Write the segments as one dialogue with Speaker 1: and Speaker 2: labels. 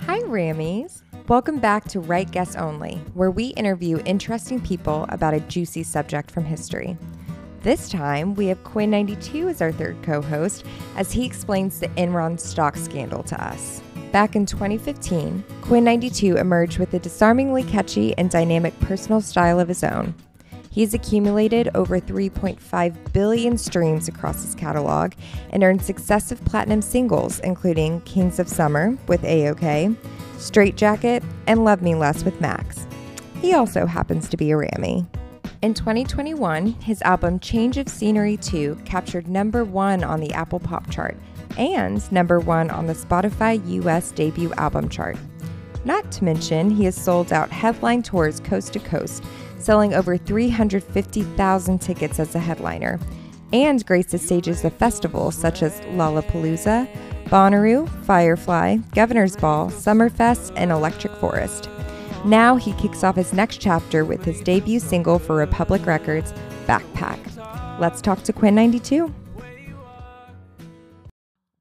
Speaker 1: Hi, Rammies. Welcome back to Right Guess Only, where we interview interesting people about a juicy subject from history. This time, we have Quinn92 as our third co host as he explains the Enron stock scandal to us. Back in 2015, Quinn92 emerged with a disarmingly catchy and dynamic personal style of his own. He's accumulated over 3.5 billion streams across his catalog and earned successive platinum singles, including Kings of Summer with AOK, Straight Jacket, and Love Me Less with Max. He also happens to be a Rammy. In 2021, his album Change of Scenery 2 captured number one on the Apple Pop chart and number one on the Spotify US debut album chart. Not to mention, he has sold out headline tours coast to coast, selling over 350,000 tickets as a headliner, and graces stages of festivals such as Lollapalooza, Bonnaroo, Firefly, Governor's Ball, Summerfest, and Electric Forest. Now he kicks off his next chapter with his debut single for Republic Records, Backpack. Let's talk to Quinn92.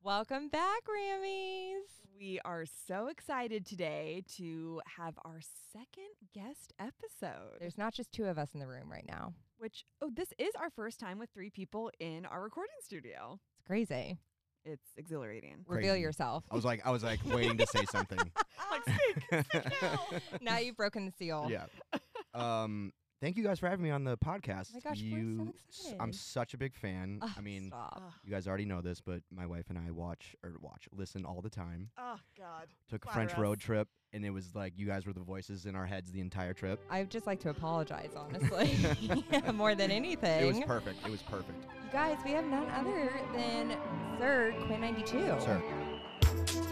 Speaker 1: Welcome back, Rammies.
Speaker 2: We are so excited today to have our second guest episode.
Speaker 1: There's not just two of us in the room right now.
Speaker 2: which, oh, this is our first time with three people in our recording studio.
Speaker 1: It's crazy.
Speaker 2: It's exhilarating.
Speaker 1: Reveal
Speaker 3: Crazy.
Speaker 1: yourself.
Speaker 3: I was like, I was like waiting to say something.
Speaker 2: like, speak, speak now.
Speaker 1: now you've broken the seal.
Speaker 3: yeah. Um, thank you guys for having me on the podcast.
Speaker 1: Oh my gosh, we're so
Speaker 3: you, s- I'm
Speaker 1: excited.
Speaker 3: such a big fan.
Speaker 1: Ugh,
Speaker 3: I mean,
Speaker 1: stop.
Speaker 2: Oh,
Speaker 3: you guys already know this, but my wife and I watch or watch, listen all the time.
Speaker 2: oh, God.
Speaker 3: Took a
Speaker 2: Flatter
Speaker 3: French road
Speaker 2: us.
Speaker 3: trip, and it was like you guys were the voices in our heads the entire trip.
Speaker 1: I'd just like to apologize, honestly, Yeah, more than anything.
Speaker 3: It was perfect. It was perfect.
Speaker 1: you guys, we have none other than Sir Quinn92.
Speaker 3: Sir,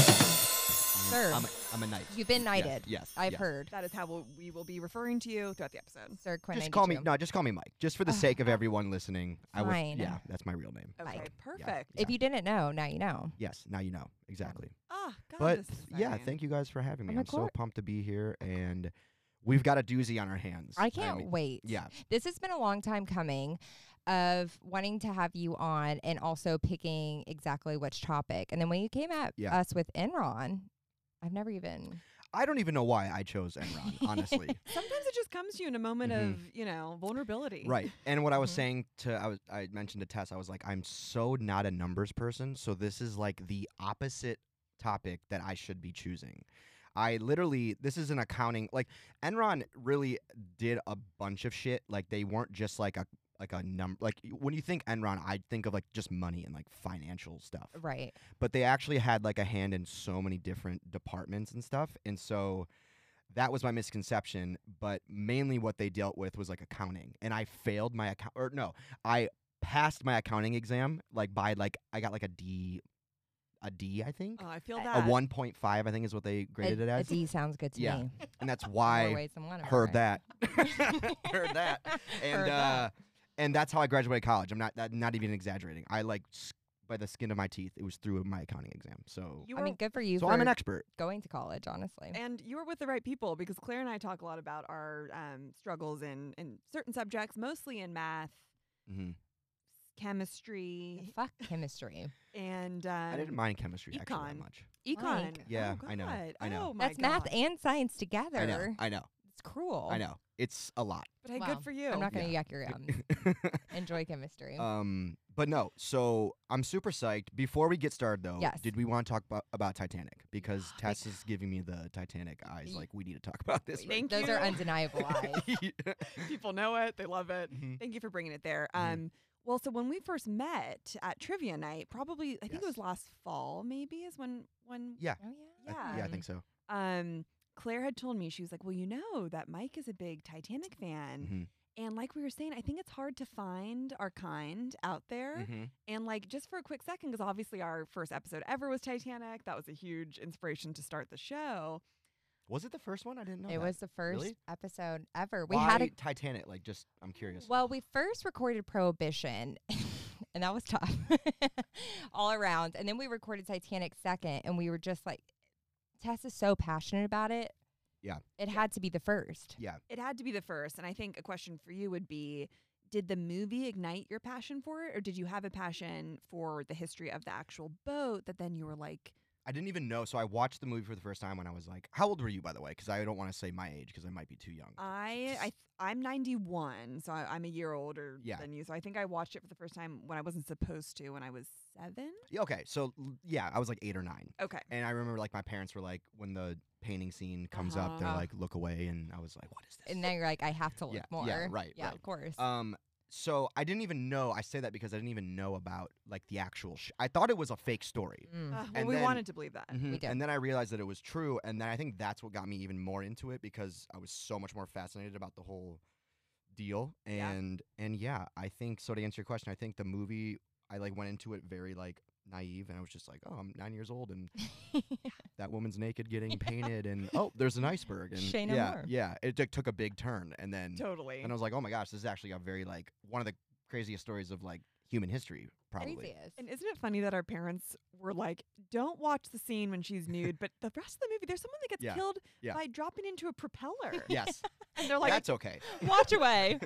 Speaker 1: Sir.
Speaker 3: I'm a, I'm a knight.
Speaker 1: You've been
Speaker 3: Yes,
Speaker 1: knighted.
Speaker 3: Yes.
Speaker 1: I've
Speaker 3: yes.
Speaker 1: heard.
Speaker 2: That is how we'll, we will be referring to you throughout the episode.
Speaker 1: Sir Quinn92.
Speaker 3: Just call me no, just call me Mike. Just for the
Speaker 1: Ugh.
Speaker 3: sake of everyone listening. I was
Speaker 1: Oh. Fine.
Speaker 3: yeah, that's my real name.
Speaker 2: Okay,
Speaker 1: Mike.
Speaker 3: Yeah,
Speaker 2: perfect.
Speaker 3: yeah.
Speaker 1: If you didn't know, now you know.
Speaker 3: Yes, now you know. Exactly.
Speaker 2: Ah, God,
Speaker 3: But
Speaker 2: this is
Speaker 3: yeah,
Speaker 2: exciting.
Speaker 3: thank you guys for having me.
Speaker 1: my
Speaker 3: I'm so
Speaker 1: course.
Speaker 3: pumped to be here, and we've got a doozy on our hands.
Speaker 1: I can't
Speaker 3: mean,
Speaker 1: wait.
Speaker 3: Yeah,
Speaker 1: This has been a long time coming of wanting to have you on and also picking exactly which topic. And then when you came at
Speaker 3: Yeah.
Speaker 1: us with Enron, I've never even
Speaker 3: I don't even know why I chose Enron, honestly.
Speaker 2: Sometimes it just comes to you in a moment
Speaker 3: Mhm.
Speaker 2: of, you know, vulnerability.
Speaker 3: right. And what I was
Speaker 1: Mhm.
Speaker 3: saying to I was I mentioned to Tess, I was like, I'm so not a numbers person, so this is like the opposite topic that I should be choosing. I literally this is an accounting like Enron really did a bunch of shit. Like they weren't just like a like a number like when you think Enron, I think of like just money and like financial stuff.
Speaker 1: right.
Speaker 3: but they actually had like a hand in so many different departments and stuff and so that was my misconception but mainly what they dealt with was like accounting and i failed my account or no i passed my accounting exam like by like i got like a d a d i think
Speaker 2: Oh, I feel
Speaker 1: A- a
Speaker 2: that.
Speaker 3: a 1.5 i think is what they graded
Speaker 1: a,
Speaker 3: it
Speaker 1: a
Speaker 3: as
Speaker 1: D sounds good to
Speaker 3: Yeah.
Speaker 1: me.
Speaker 3: and that's
Speaker 1: More
Speaker 3: why
Speaker 1: ways than one. am I
Speaker 3: heard
Speaker 1: right?
Speaker 3: that heard that and
Speaker 1: Heard
Speaker 3: uh
Speaker 1: that.
Speaker 3: and that's how i graduated college i'm not that, not even exaggerating i like s- by the skin of my teeth it was through my accounting exam so
Speaker 2: You
Speaker 1: I
Speaker 2: were-
Speaker 1: mean, good for you
Speaker 3: so
Speaker 1: for
Speaker 3: i'm an expert
Speaker 1: going to college, honestly.
Speaker 2: And you were with the right people because Claire and I talk a lot about our um, struggles in, in certain subjects, mostly in math,
Speaker 3: Mhm.
Speaker 2: chemistry,
Speaker 1: Fuck chemistry.
Speaker 3: Oh
Speaker 2: and um,
Speaker 3: I didn't mind chemistry actually that
Speaker 2: econ.
Speaker 3: much.
Speaker 2: econ.
Speaker 1: Mike.
Speaker 3: Yeah,
Speaker 2: oh,
Speaker 3: I know,
Speaker 2: God.
Speaker 3: I know.
Speaker 2: Oh, my
Speaker 1: That's math
Speaker 2: God.
Speaker 1: and science together.
Speaker 3: I know. I know.
Speaker 1: It's cruel.
Speaker 3: I know. It's a lot.
Speaker 2: But hey,
Speaker 1: Wow.
Speaker 2: good for you.
Speaker 1: I'm not going to yuck your yums. Enjoy chemistry.
Speaker 3: um, but no. So I'm super psyched. Before we get started, though,
Speaker 1: Yes.
Speaker 3: did we want to talk about, about Titanic? Because Tess is giving me the Titanic eyes.
Speaker 1: Y-
Speaker 3: Like we need to talk about this. right
Speaker 2: Thank
Speaker 1: Those
Speaker 2: you.
Speaker 1: are undeniable
Speaker 3: Oh,
Speaker 1: eyes.
Speaker 3: now.
Speaker 2: People know it. They love it.
Speaker 3: Mhm.
Speaker 2: Thank you for bringing it there.
Speaker 3: Mhm.
Speaker 2: Um, well, so when we first met at trivia night, probably I think it
Speaker 3: Yes.
Speaker 2: was last fall. Maybe is when when
Speaker 3: yeah.
Speaker 1: Oh,
Speaker 3: I-
Speaker 1: yeah.
Speaker 3: yeah, I
Speaker 1: Um,
Speaker 3: think so.
Speaker 2: um Claire had told me she was like, well, you know that Mike is a big Titanic fan,
Speaker 3: Mhm.
Speaker 2: and like we were saying, I think it's hard to find our kind out there.
Speaker 3: Mhm.
Speaker 2: And like just for a quick second, because obviously our first episode ever was Titanic. That was a huge inspiration to start the show.
Speaker 3: Was it the first one? I didn't know.
Speaker 1: It
Speaker 3: that.
Speaker 1: was the first
Speaker 3: Really?
Speaker 1: episode ever. We
Speaker 3: Why
Speaker 1: had a
Speaker 3: Titanic. Like, just I'm curious.
Speaker 1: well, we first recorded Prohibition, and that was tough all around. And then we recorded Titanic second, and we were just like, Tess is so passionate about it.
Speaker 3: Yeah.
Speaker 1: It had to be the first.
Speaker 2: It had to be the first. And I think a question for you would be Did the movie ignite your passion for it? Or did you have a passion for the history of the actual boat that then you were like,
Speaker 3: I didn't even know. So I watched the movie for the first time when I was like, "How old were you, by the way?" Because I don't want to say my age because I might be too young.
Speaker 2: I, I th- I'm 91, so I, I'm a year older
Speaker 3: Yeah.
Speaker 2: than you. So I think I watched it for the first time when I wasn't supposed to when I was seven.
Speaker 3: Yeah, okay, so l- yeah, I was like eight or nine,
Speaker 2: Okay.
Speaker 3: and I remember like my parents were like, when the painting scene comes up, they're
Speaker 2: Uh-huh.
Speaker 3: like, "Look away," and I was like, "What is this?"
Speaker 1: And then you're like, I have to look
Speaker 3: Yeah,
Speaker 1: more.
Speaker 3: yeah, right,
Speaker 1: Yeah,
Speaker 3: right.
Speaker 1: of course.
Speaker 3: Um, so I didn't even know. I say that because I didn't even know about like the actual. Sh- I thought it was a fake story,
Speaker 1: Mm.
Speaker 2: Uh, well,
Speaker 3: And
Speaker 2: we
Speaker 3: then-
Speaker 2: wanted to believe that.
Speaker 3: Mhm,
Speaker 1: did.
Speaker 3: and then I realized that it was true, and then I think that's what got me even more into it because I was so much more fascinated about the whole deal.
Speaker 2: Yeah.
Speaker 3: And and yeah, I think so. To answer your question, I think the movie I like went into it very like naive, and I was just like, oh, I'm nine years old, and Uh, that woman's naked getting painted, and oh, there's an iceberg, and
Speaker 1: Shayna
Speaker 3: yeah,
Speaker 1: Moore.
Speaker 3: yeah, it t- took a big turn, and then
Speaker 2: Totally.
Speaker 3: and I was like, oh my gosh, this is actually a very like one of the craziest stories of like human history, probably.
Speaker 1: Craziest.
Speaker 2: And isn't it funny that our parents were like, "Don't watch the scene when she's nude," but the rest of the movie, there's someone that gets
Speaker 3: Yeah.
Speaker 2: killed
Speaker 3: Yeah.
Speaker 2: by dropping into a propeller,
Speaker 3: Yes,
Speaker 2: and they're like,
Speaker 3: that's okay.
Speaker 1: Watch away.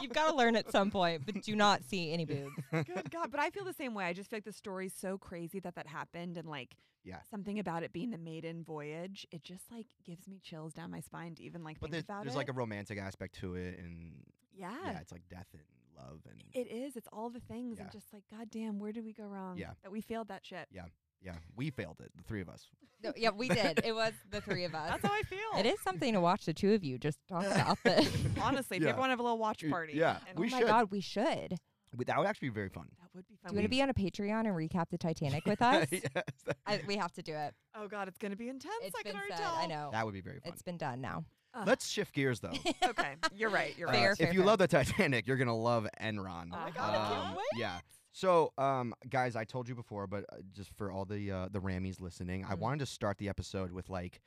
Speaker 1: You've got to learn at some point, but do not see any boobs.
Speaker 2: "Good God!" But I feel the same way. I just feel like the story's so crazy that that happened, and like,
Speaker 3: Yeah.
Speaker 2: something about it being the maiden voyage, it just like gives me chills down my spine to even like
Speaker 3: But
Speaker 2: think
Speaker 3: there's,
Speaker 2: about
Speaker 3: there's
Speaker 2: it.
Speaker 3: like a romantic aspect to it, and
Speaker 2: yeah.
Speaker 3: yeah. it's like death and love, and
Speaker 2: It is. It's all the things.
Speaker 3: Yeah.
Speaker 2: I'm just like, God damn, where did we go wrong?
Speaker 3: Yeah.
Speaker 2: That we failed that shit.
Speaker 3: Yeah. yeah, we failed it, the three of us.
Speaker 1: No, yeah, we did. It was the three of us.
Speaker 2: That's how I feel.
Speaker 1: It is something to watch the two of you just talk about this.
Speaker 2: Honestly, if you
Speaker 3: Yeah.
Speaker 2: ever want to have a little watch
Speaker 3: Y-
Speaker 2: party,
Speaker 3: yeah.
Speaker 2: and
Speaker 1: oh
Speaker 3: We
Speaker 1: my
Speaker 3: should.
Speaker 1: god, we should.
Speaker 3: But that would actually be very fun.
Speaker 2: that would be
Speaker 1: Do
Speaker 2: fun.
Speaker 1: you want to be on a Patreon and recap the Titanic with us?
Speaker 3: Yes, that,
Speaker 1: I, we have to do it.
Speaker 2: Oh God, it's gonna be intense.
Speaker 1: It's
Speaker 2: I
Speaker 1: been
Speaker 2: can already
Speaker 1: said.
Speaker 2: tell.
Speaker 1: I know.
Speaker 3: that would be very fun.
Speaker 1: It's been done now.
Speaker 2: Ugh.
Speaker 3: Let's shift gears though.
Speaker 2: okay, you're right. You're
Speaker 3: Uh,
Speaker 1: Fair,
Speaker 2: right.
Speaker 1: fair,
Speaker 3: if you
Speaker 1: fair.
Speaker 3: love the Titanic, you're gonna love Enron.
Speaker 2: Oh my God, I can't
Speaker 3: Um, Yeah. So, um, guys, I told you before, but uh, just for all the uh, the Rammies listening, I
Speaker 2: Mm-hmm.
Speaker 1: Mm.
Speaker 3: wanted to start the episode with like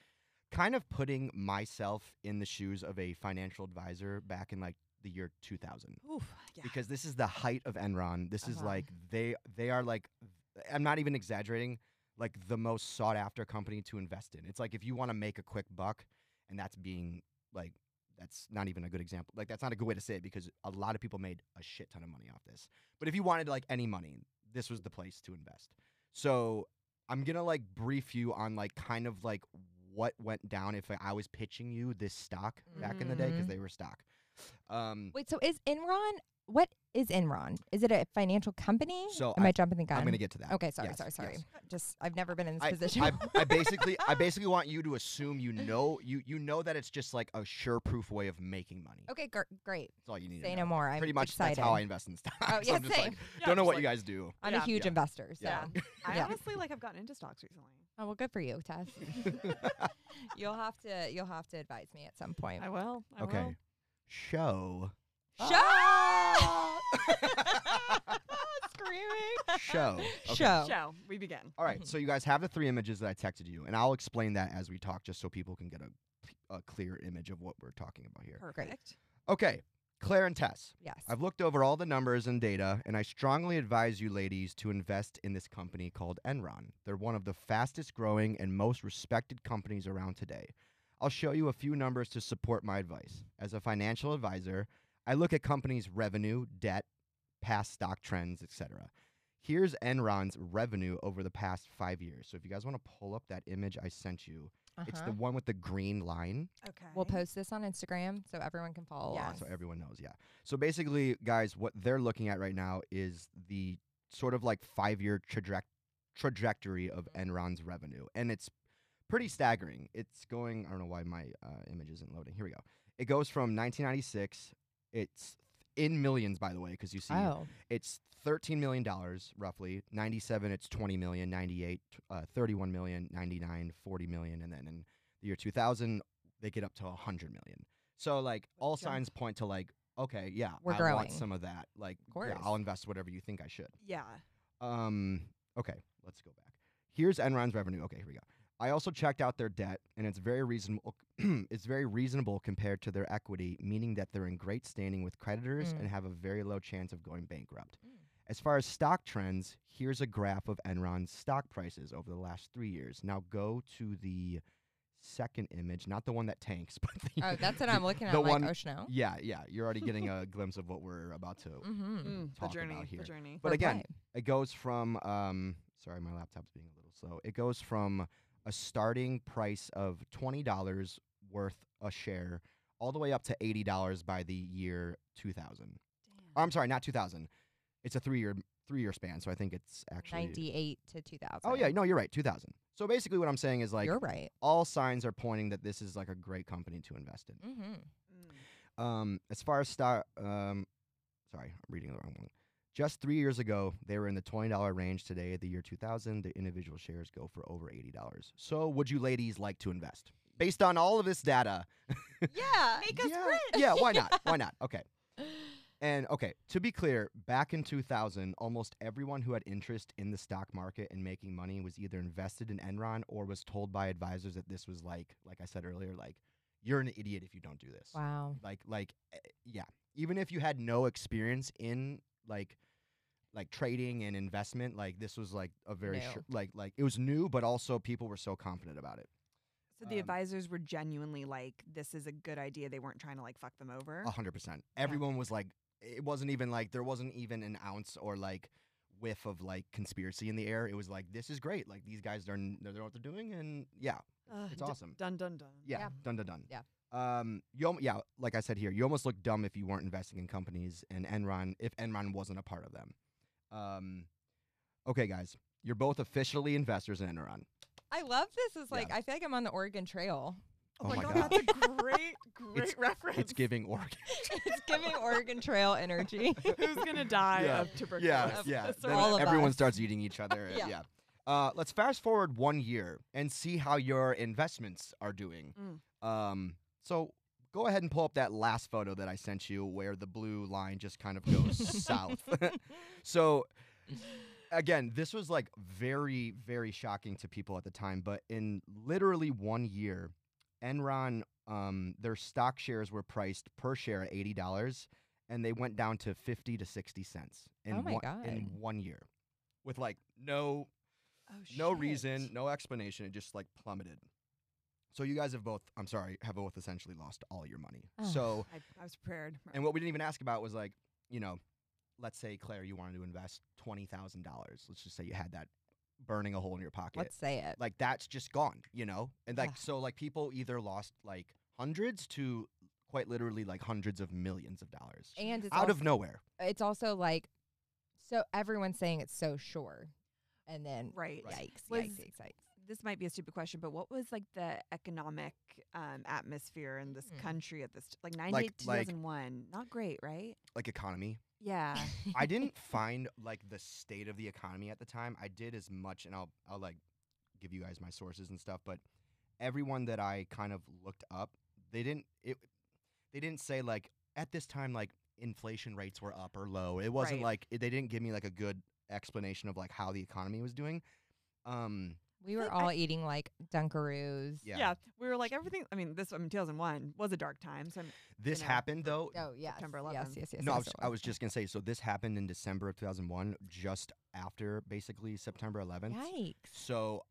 Speaker 3: kind of putting myself in the shoes of a financial advisor back in like the year 2000
Speaker 2: Oof, yeah.
Speaker 3: because this is the height of Enron. This is
Speaker 1: Uh-huh.
Speaker 3: like they they are like I'm not even exaggerating, like the most sought after company to invest in. It's like if you want to make a quick buck, and that's being like that's not even a good example. Like that's not a good way to say it because a lot of people made a shit ton of money off this. But if you wanted like any money, this was the place to invest. So I'm gonna like brief you on like kind of like what went down if I was pitching you this stock back in the day because
Speaker 1: Mhm.
Speaker 3: they were stock. Um,
Speaker 1: Wait, so is Enron what is Enron? Is it a financial company?
Speaker 3: So
Speaker 1: am I,
Speaker 3: I-
Speaker 1: jumping the gun?
Speaker 3: I'm gonna get to that.
Speaker 1: Okay, sorry,
Speaker 3: Yes,
Speaker 1: sorry, sorry.
Speaker 3: yes.
Speaker 1: Just I've never been in this
Speaker 3: I,
Speaker 1: position.
Speaker 3: I, I basically I basically want you to assume you know you you know that it's just like a sure proof way of making money.
Speaker 1: okay, gr- great.
Speaker 3: That's all you need
Speaker 1: Say
Speaker 3: to
Speaker 1: no
Speaker 3: know.
Speaker 1: more. I'm
Speaker 3: Pretty much
Speaker 1: excited.
Speaker 3: that's how I invest in stocks.
Speaker 1: Oh, yeah,
Speaker 3: I'm just like,
Speaker 1: same.
Speaker 2: Yeah,
Speaker 3: don't know
Speaker 2: just
Speaker 3: what
Speaker 2: like-
Speaker 3: you guys do.
Speaker 1: I'm a
Speaker 2: Yeah.
Speaker 1: huge
Speaker 3: Yeah.
Speaker 1: investor. So.
Speaker 2: Yeah. I
Speaker 1: Yeah.
Speaker 2: honestly like. I've gotten into stocks recently.
Speaker 1: Oh well, good for you, Tess. you'll have to you'll have to advise me at some point.
Speaker 2: I will. I
Speaker 3: okay. Show.
Speaker 1: Show. Ah! Screaming.
Speaker 3: Show. Okay.
Speaker 1: Show.
Speaker 2: Will. Show. We begin.
Speaker 3: All right,
Speaker 1: Mhm.
Speaker 3: so you guys have the three images that I texted you, and I'll explain that as we talk, just so people can get a, a clear image of what we're talking about here.
Speaker 2: Perfect.
Speaker 3: Okay, Claire and Tess.
Speaker 1: Yes.
Speaker 3: I've looked over all the numbers and data, and I strongly advise you ladies to invest in this company called Enron. They're one of the fastest growing and most respected companies around today. I'll show you a few numbers to support my advice. As a financial advisor, I look at companies' revenue, debt, past stock trends, etc. Here's Enron's revenue over the past five years. So if you guys want to pull up that image I sent you, it's
Speaker 1: Uh-huh.
Speaker 3: the one with the green line.
Speaker 2: Okay.
Speaker 1: We'll post this on Instagram so everyone can follow along.
Speaker 2: Yes.
Speaker 3: so everyone knows yeah so basically guys what they're looking at right now is the sort of like five year traject- trajectory of
Speaker 1: Mhm.
Speaker 3: enron's revenue and it's pretty staggering it's going i don't know why my uh, image isn't loading here we go it goes from 1996 it's in millions by the way because you see
Speaker 1: Oh,
Speaker 3: it's 13 million dollars roughly 97 it's 20 million 98 t- uh, 31 million 99 40 million and then in the year 2000 they get up to 100 million so like all
Speaker 2: jump.
Speaker 3: signs point to like okay yeah
Speaker 1: We're
Speaker 3: i
Speaker 1: growing.
Speaker 3: want some of that like yeah,
Speaker 1: course.
Speaker 3: i'll invest whatever you think i should
Speaker 2: Yeah.
Speaker 3: um, okay, let's go back. Here's Enron's revenue. Okay, here we go. I also checked out their debt, and it's very reasonable. it's very reasonable compared to their equity, meaning that they're in great standing with creditors
Speaker 1: Mm.
Speaker 3: and have a very low chance of going bankrupt.
Speaker 1: Mm.
Speaker 3: As far as stock trends, here's a graph of Enron's stock prices over the last three years. Now go to the second image, not the one that tanks, but the
Speaker 1: Oh, that's what
Speaker 3: the-
Speaker 1: I'm looking at.
Speaker 3: the
Speaker 1: I'm like,
Speaker 3: one-
Speaker 1: oh, Chanel.
Speaker 3: Yeah, yeah. You're already getting a glimpse of what we're about to.
Speaker 1: Mm-hmm.
Speaker 2: Mm, the
Speaker 3: talk
Speaker 2: journey.
Speaker 3: about here.
Speaker 2: The journey.
Speaker 3: But again, it goes from um sorry my laptop's being a little slow it goes from a starting price of $20 worth a share all the way up to $80 by the year 2000 i'm sorry not 2000 it's a three year three year span so i think it's actually
Speaker 1: 98 to 2000.
Speaker 3: oh yeah no you're right 2000 so basically what i'm saying is like
Speaker 1: You're right.
Speaker 3: all signs are pointing that this is like a great company to invest in
Speaker 1: Mm-hmm.
Speaker 2: Mm.
Speaker 3: um, as far as stock, um, sorry, I'm reading the wrong one. Just three years ago, they were in the twenty dollar range. Today, the year two thousand, the individual shares go for over eighty dollars. So, would you ladies like to invest? Based on all of this data,
Speaker 2: Yeah. Make us
Speaker 3: yeah,
Speaker 2: rich.
Speaker 3: yeah, why not? Why not? Okay. And okay, to be clear, back in 2000, almost everyone who had interest in the stock market and making money was either invested in Enron or was told by advisors that this was like, like I said earlier, like you're an idiot if you don't do this
Speaker 1: Wow.
Speaker 3: like like eh, yeah even if you had no experience in like like trading and investment like this was like a very
Speaker 1: New.
Speaker 3: sure, like like it was new but also people were so confident about it
Speaker 2: So the
Speaker 3: Um,
Speaker 2: advisors were genuinely like, this is a good idea. They weren't trying to like fuck them over.
Speaker 3: A 100% everyone was like it wasn't even like there wasn't even an ounce or like whiff of like conspiracy in the air it was like this is great like these guys are they know what they're doing and yeah
Speaker 2: Ugh,
Speaker 3: it's
Speaker 2: d-
Speaker 3: awesome.
Speaker 2: Dun dun dun.
Speaker 3: yeah,
Speaker 1: Yeah.
Speaker 3: done done done
Speaker 1: Yeah.
Speaker 3: um you al- yeah like i said here you almost look dumb if you weren't investing in companies and enron if enron wasn't a part of them um okay guys you're both officially investors in enron
Speaker 1: I love this. It's
Speaker 3: Yeah.
Speaker 1: like, I feel like I'm on the Oregon Trail.
Speaker 2: Oh,
Speaker 3: Oh
Speaker 2: my
Speaker 3: my
Speaker 2: god,
Speaker 3: God.
Speaker 2: that's a great, great
Speaker 3: It's-
Speaker 2: reference.
Speaker 3: it's giving oregon
Speaker 1: it's giving Oregon Trail energy.
Speaker 2: Who's gonna die
Speaker 3: Yeah.
Speaker 2: of tuberculosis?
Speaker 3: yeah yeah
Speaker 2: That's
Speaker 3: then
Speaker 2: right.
Speaker 1: All of
Speaker 3: everyone
Speaker 1: us.
Speaker 3: starts eating each other and-
Speaker 1: Yeah.
Speaker 3: yeah, Uh, let's fast forward one year and see how your investments are doing
Speaker 1: Mm.
Speaker 3: um so go ahead and pull up that last photo that i sent you where the blue line just kind of goes south So again, this was like very, very shocking to people at the time, but in literally one year, Enron um, their stock shares were priced per share at eighty dollars and they went down to fifty to sixty cents in
Speaker 1: Oh my
Speaker 3: one in
Speaker 1: God.
Speaker 3: one year. With like no
Speaker 2: Oh,
Speaker 3: no
Speaker 2: shit.
Speaker 3: reason, no explanation, it just like plummeted. So you guys have both I'm sorry, have both essentially lost all your money.
Speaker 1: Ugh.
Speaker 3: So
Speaker 2: I, I was prepared.
Speaker 3: and what we didn't even ask about was like, you know, let's say Claire, you wanted to invest twenty thousand dollars. Let's just say you had that burning a hole in your pocket.
Speaker 1: Let's say it.
Speaker 3: like that's just gone, you know? And like
Speaker 1: Ugh.
Speaker 3: so like people either lost like hundreds to quite literally like hundreds of millions of dollars.
Speaker 1: and it's
Speaker 3: out
Speaker 1: also,
Speaker 3: of nowhere.
Speaker 1: it's also like, so everyone's saying it's so sure. And then,
Speaker 2: right.
Speaker 3: Right.
Speaker 1: yikes,
Speaker 2: Was-
Speaker 1: yikes, yikes, yikes.
Speaker 2: This might be a stupid question, but what was like the economic um, atmosphere in this
Speaker 1: Mm.
Speaker 2: country at this t- like ninety eight two
Speaker 3: like-
Speaker 2: thousand one? Not great, right?
Speaker 3: Like economy.
Speaker 2: Yeah.
Speaker 3: I didn't find like the state of the economy at the time. I did as much and I'll I'll like give you guys my sources and stuff, but everyone that I kind of looked up, they didn't it they didn't say like at this time like inflation rates were up or low. It wasn't
Speaker 2: Right.
Speaker 3: like they didn't give me like a good explanation of like how the economy was doing. Um
Speaker 1: we were
Speaker 2: think
Speaker 1: all
Speaker 2: I-
Speaker 1: eating like Dunkaroos.
Speaker 3: yeah.
Speaker 2: We were like everything. I mean, this. I mean, two thousand one was a dark time. So I'm,
Speaker 3: This
Speaker 2: know,
Speaker 3: happened though.
Speaker 1: Oh, yes.
Speaker 2: September
Speaker 1: Yes,
Speaker 2: 11th.
Speaker 1: yes, yes.
Speaker 3: no, I
Speaker 1: yes,
Speaker 3: was,
Speaker 1: it
Speaker 3: I was just gonna say. So this happened in December of 2001, just after basically September 11th.
Speaker 1: Yikes.
Speaker 3: So,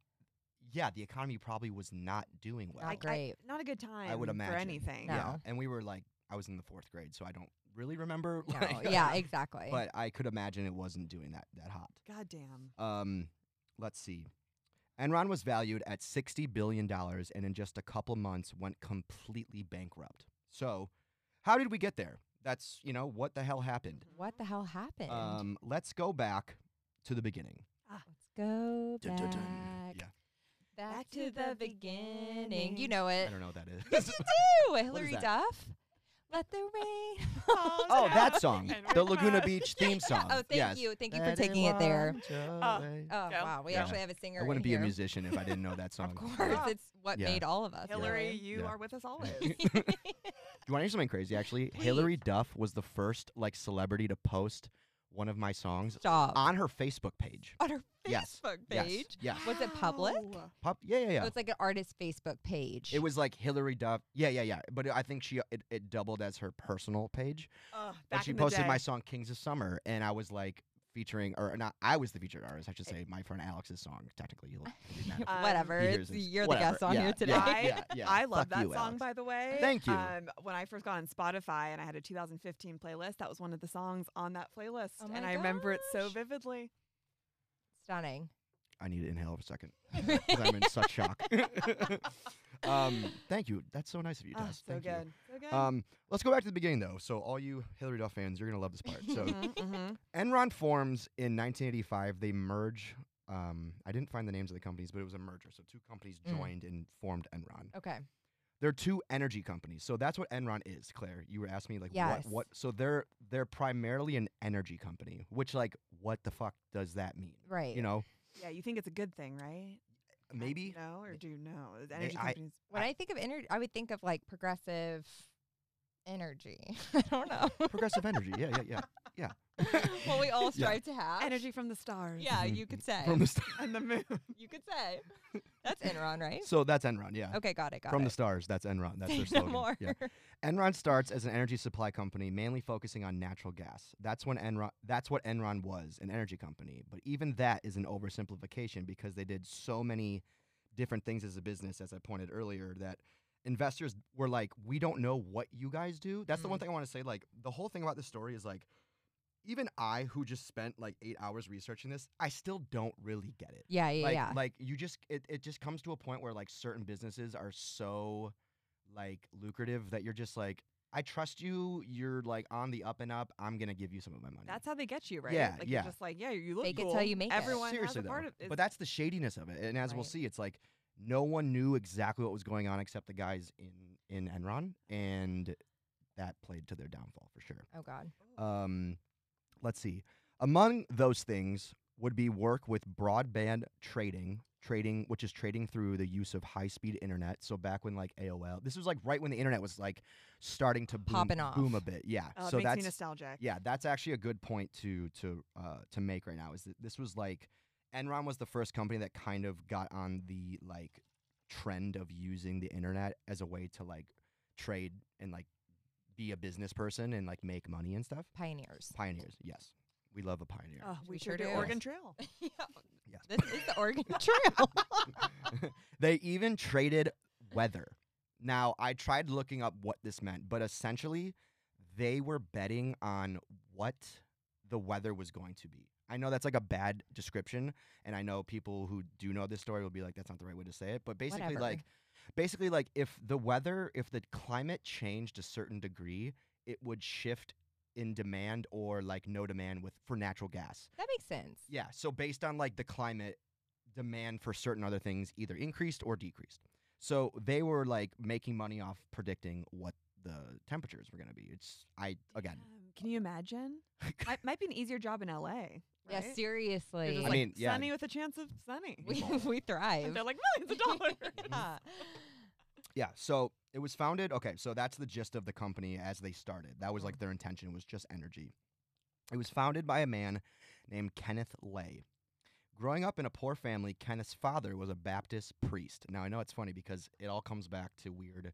Speaker 3: yeah, the economy probably was not doing well.
Speaker 1: Not
Speaker 2: I-
Speaker 1: Oh, great.
Speaker 2: not a good time.
Speaker 3: I would imagine
Speaker 2: for anything.
Speaker 1: No.
Speaker 3: Yeah, and we were like, I was in the fourth grade, so I don't really remember.
Speaker 1: No,
Speaker 3: like,
Speaker 1: yeah, exactly.
Speaker 3: but I could imagine it wasn't doing that that hot.
Speaker 2: God damn.
Speaker 3: Um, let's see. Enron was valued at sixty billion dollars, and in just a couple months, went completely bankrupt. So, how did we get there? That's you know what the hell happened.
Speaker 1: what the hell happened?
Speaker 3: Um, let's go back to the beginning.
Speaker 1: Let's go back.
Speaker 3: Dun, dun, dun. Yeah,
Speaker 1: Back,
Speaker 2: Back
Speaker 1: to
Speaker 2: to
Speaker 1: the
Speaker 2: the
Speaker 1: beginning.
Speaker 2: beginning.
Speaker 1: You know
Speaker 3: I
Speaker 1: it.
Speaker 3: don't know what that
Speaker 1: Yes,
Speaker 3: is.
Speaker 1: you do.
Speaker 3: is
Speaker 1: Hillary
Speaker 3: that?
Speaker 1: Duff. Let the rain.
Speaker 2: Oh,
Speaker 3: oh,
Speaker 2: Yeah.
Speaker 3: that song,
Speaker 2: And
Speaker 3: the
Speaker 2: we're
Speaker 3: Laguna
Speaker 2: back.
Speaker 3: Beach theme song.
Speaker 1: Oh, thank
Speaker 3: yes.
Speaker 1: you. Thank you for taking it there.
Speaker 3: I
Speaker 1: Oh,
Speaker 2: Go.
Speaker 1: wow. We
Speaker 3: Yeah.
Speaker 1: actually have a singer.
Speaker 3: wouldn't
Speaker 1: in
Speaker 3: be a
Speaker 1: here.
Speaker 3: musician if I didn't know that song.
Speaker 1: Of course.
Speaker 3: Yeah.
Speaker 1: It's what
Speaker 3: Yeah.
Speaker 1: made all of us.
Speaker 2: Hillary,
Speaker 1: really.
Speaker 2: you
Speaker 3: Yeah.
Speaker 2: are with us always.
Speaker 3: You want to hear something crazy? Actually, Hillary Duff was the first like celebrity to post one of my songs
Speaker 1: Stop.
Speaker 3: on her Facebook page.
Speaker 1: On her
Speaker 3: Yes.
Speaker 1: Facebook
Speaker 3: Yes.
Speaker 1: page.
Speaker 3: Yes.
Speaker 1: Was it public?
Speaker 2: Wow.
Speaker 3: Pop. Yeah, yeah, yeah.
Speaker 1: Oh, it's like an artist Facebook page.
Speaker 3: it was like Hillary Duff. Yeah, yeah, yeah. But I think she it, it doubled as her personal page.
Speaker 2: Ugh,
Speaker 3: But
Speaker 2: back
Speaker 3: she
Speaker 2: in the
Speaker 3: posted
Speaker 2: day.
Speaker 3: my song "Kings of Summer," and I was like featuring, or not, I was the featured artist, I should
Speaker 1: Eh.
Speaker 3: say, my friend Alex's song, technically. You'll, it didn't matter.
Speaker 2: Um,
Speaker 1: Whatever.
Speaker 3: He
Speaker 1: It's,
Speaker 3: hears this.
Speaker 1: you're
Speaker 3: Whatever.
Speaker 1: the guest on
Speaker 3: Yeah,
Speaker 1: here
Speaker 3: yeah,
Speaker 1: today.
Speaker 2: I-
Speaker 3: yeah, yeah.
Speaker 2: I love
Speaker 3: Fuck
Speaker 2: that
Speaker 3: you,
Speaker 2: song,
Speaker 3: Alex.
Speaker 2: by the way.
Speaker 3: Thank you.
Speaker 2: Um, when I first got on Spotify and I had a 2015 playlist, that was one of the songs on that playlist,
Speaker 1: Oh
Speaker 2: and
Speaker 1: my
Speaker 2: I remember it so
Speaker 1: gosh.
Speaker 2: vividly.
Speaker 1: Stunning.
Speaker 3: I need to inhale for a second because I'm in such shock. um, thank you. That's so nice of you,
Speaker 1: Oh,
Speaker 2: Ah,
Speaker 3: Tess.
Speaker 2: so
Speaker 3: thank you.
Speaker 2: good. So good.
Speaker 3: Um, let's go back to the beginning though. So, all you Hillary Duff fans, you're gonna love this part. So,
Speaker 2: Mhm, mhm.
Speaker 3: Enron forms in 1985. They merge. Um, I didn't find the names of the companies, but it was a merger. So, two companies
Speaker 1: Mm.
Speaker 3: joined and formed Enron.
Speaker 1: Okay.
Speaker 3: They're two energy companies. So that's what Enron is, Claire. You were asking me like
Speaker 1: Yes.
Speaker 3: what what so they're they're primarily an energy company, which like what the fuck does that mean?
Speaker 1: Right.
Speaker 3: You know?
Speaker 2: yeah, you think it's a good thing, right? Uh,
Speaker 3: Maybe
Speaker 2: No, or do you know? Is
Speaker 3: They-
Speaker 2: Energy
Speaker 3: I-
Speaker 2: companies.
Speaker 1: When I, think of energy, I would think of like progressive energy. I don't know.
Speaker 3: progressive energy. Yeah, yeah, yeah.
Speaker 1: what we all
Speaker 3: Yeah.
Speaker 1: strive to have.
Speaker 2: Energy from the stars.
Speaker 1: Yeah,
Speaker 3: Mhm.
Speaker 1: you could say.
Speaker 3: From the st-
Speaker 2: And the moon.
Speaker 1: you could say. That's Enron, right?
Speaker 3: So that's Enron, yeah.
Speaker 1: Okay, Oh, got it. Got
Speaker 3: From
Speaker 1: it.
Speaker 3: the stars, that's Enron. That's
Speaker 1: Say
Speaker 3: their
Speaker 1: no
Speaker 3: slogan.
Speaker 1: more.
Speaker 3: Yeah. Enron starts as an energy supply company, mainly focusing on natural gas. That's when Enron. That's what Enron was, an energy company. But even that is an oversimplification because they did so many different things as a business, as I pointed earlier, that investors were like, "We don't know what you guys do." That's the one thing I want to say. Like the whole thing about this story is like, even I, who just spent like eight hours researching this, I still don't really get it
Speaker 1: Yeah, yeah,
Speaker 3: like
Speaker 1: yeah.
Speaker 3: like you just it, it just comes to a point where like certain businesses are so like lucrative that you're just like i trust you you're like on the up and up i'm gonna give you some of my money
Speaker 2: That's how they get you, right?
Speaker 3: Yeah,
Speaker 2: like
Speaker 3: yeah.
Speaker 2: You're just like, yeah, you look
Speaker 1: Fake it
Speaker 2: cool.
Speaker 1: till you make it.
Speaker 2: Everyone
Speaker 3: seriously
Speaker 2: has a part
Speaker 3: though
Speaker 2: of it.
Speaker 3: but that's the shadiness of it and as we'll
Speaker 1: Right.
Speaker 3: see it's like no one knew exactly what was going on except the guys in in enron and that played to their downfall for sure
Speaker 1: oh God.
Speaker 3: um, let's see. Among those things would be work with broadband trading, trading, which is trading through the use of high-speed internet. So back when like AOL, this was like right when the internet was like starting to boom,
Speaker 1: Popping off.
Speaker 3: boom a bit. Yeah.
Speaker 2: Oh, it
Speaker 3: so
Speaker 2: makes me
Speaker 3: that's
Speaker 2: nostalgic.
Speaker 3: yeah, that's actually a good point to to uh, to make right now. Is that this was like Enron was the first company that kind of got on the like trend of using the internet as a way to like trade and like be a business person and like make money and stuff.
Speaker 1: Pioneers.
Speaker 3: Pioneers, yes. We love a pioneer.
Speaker 2: Oh,
Speaker 1: We
Speaker 2: we
Speaker 1: sure
Speaker 2: sure do.
Speaker 1: do.
Speaker 2: Oregon Trail.
Speaker 1: yeah.
Speaker 3: Yes.
Speaker 1: This is the Oregon Trail.
Speaker 3: they even traded weather. Now, I tried looking up what this meant, but essentially, they were betting on what the weather was going to be. I know that's like a bad description, and I know people who do know this story will be like, "That's not the right way to say it." But basically,
Speaker 1: Whatever.
Speaker 3: like, basically, like, if the weather, if the climate changed a certain degree, it would shift in demand or like no demand with for natural gas.
Speaker 1: that makes sense.
Speaker 3: Yeah. So based on like the climate, demand for certain other things either increased or decreased. So they were like making money off predicting what the temperatures were going to be. It's I
Speaker 1: Um,
Speaker 3: again.
Speaker 2: Damn, Can you imagine? I, might be an easier job in LA. Right?
Speaker 1: Yeah, seriously.
Speaker 2: They're just
Speaker 3: I
Speaker 2: like,
Speaker 3: mean, yeah.
Speaker 2: sunny with a chance of sunny.
Speaker 1: we, we
Speaker 2: And
Speaker 1: thrive.
Speaker 2: they're like millions of dollars.
Speaker 1: Yeah.
Speaker 3: Yeah. So it was founded. Okay. So that's the gist of the company as they started. That was like their intention was just energy. It was founded by a man named Kenneth Lay. Growing up in a poor family, Kenneth's father was a Baptist priest. Now I know it's funny because it all comes back to weird,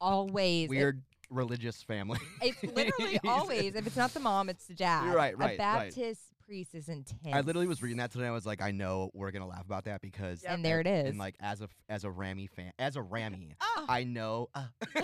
Speaker 1: Always. It-
Speaker 3: weird religious family.
Speaker 1: it's literally always. If it's not the mom, it's the dad.
Speaker 3: You're right, right,
Speaker 1: A
Speaker 3: right.
Speaker 1: Baptist priest is intense.
Speaker 3: I literally was reading that today. I was like, I know we're gonna laugh about that because
Speaker 1: And there it is.
Speaker 3: And like as a f- as a Ramy fan, as a Ramy,
Speaker 2: Ah,
Speaker 3: I know, uh,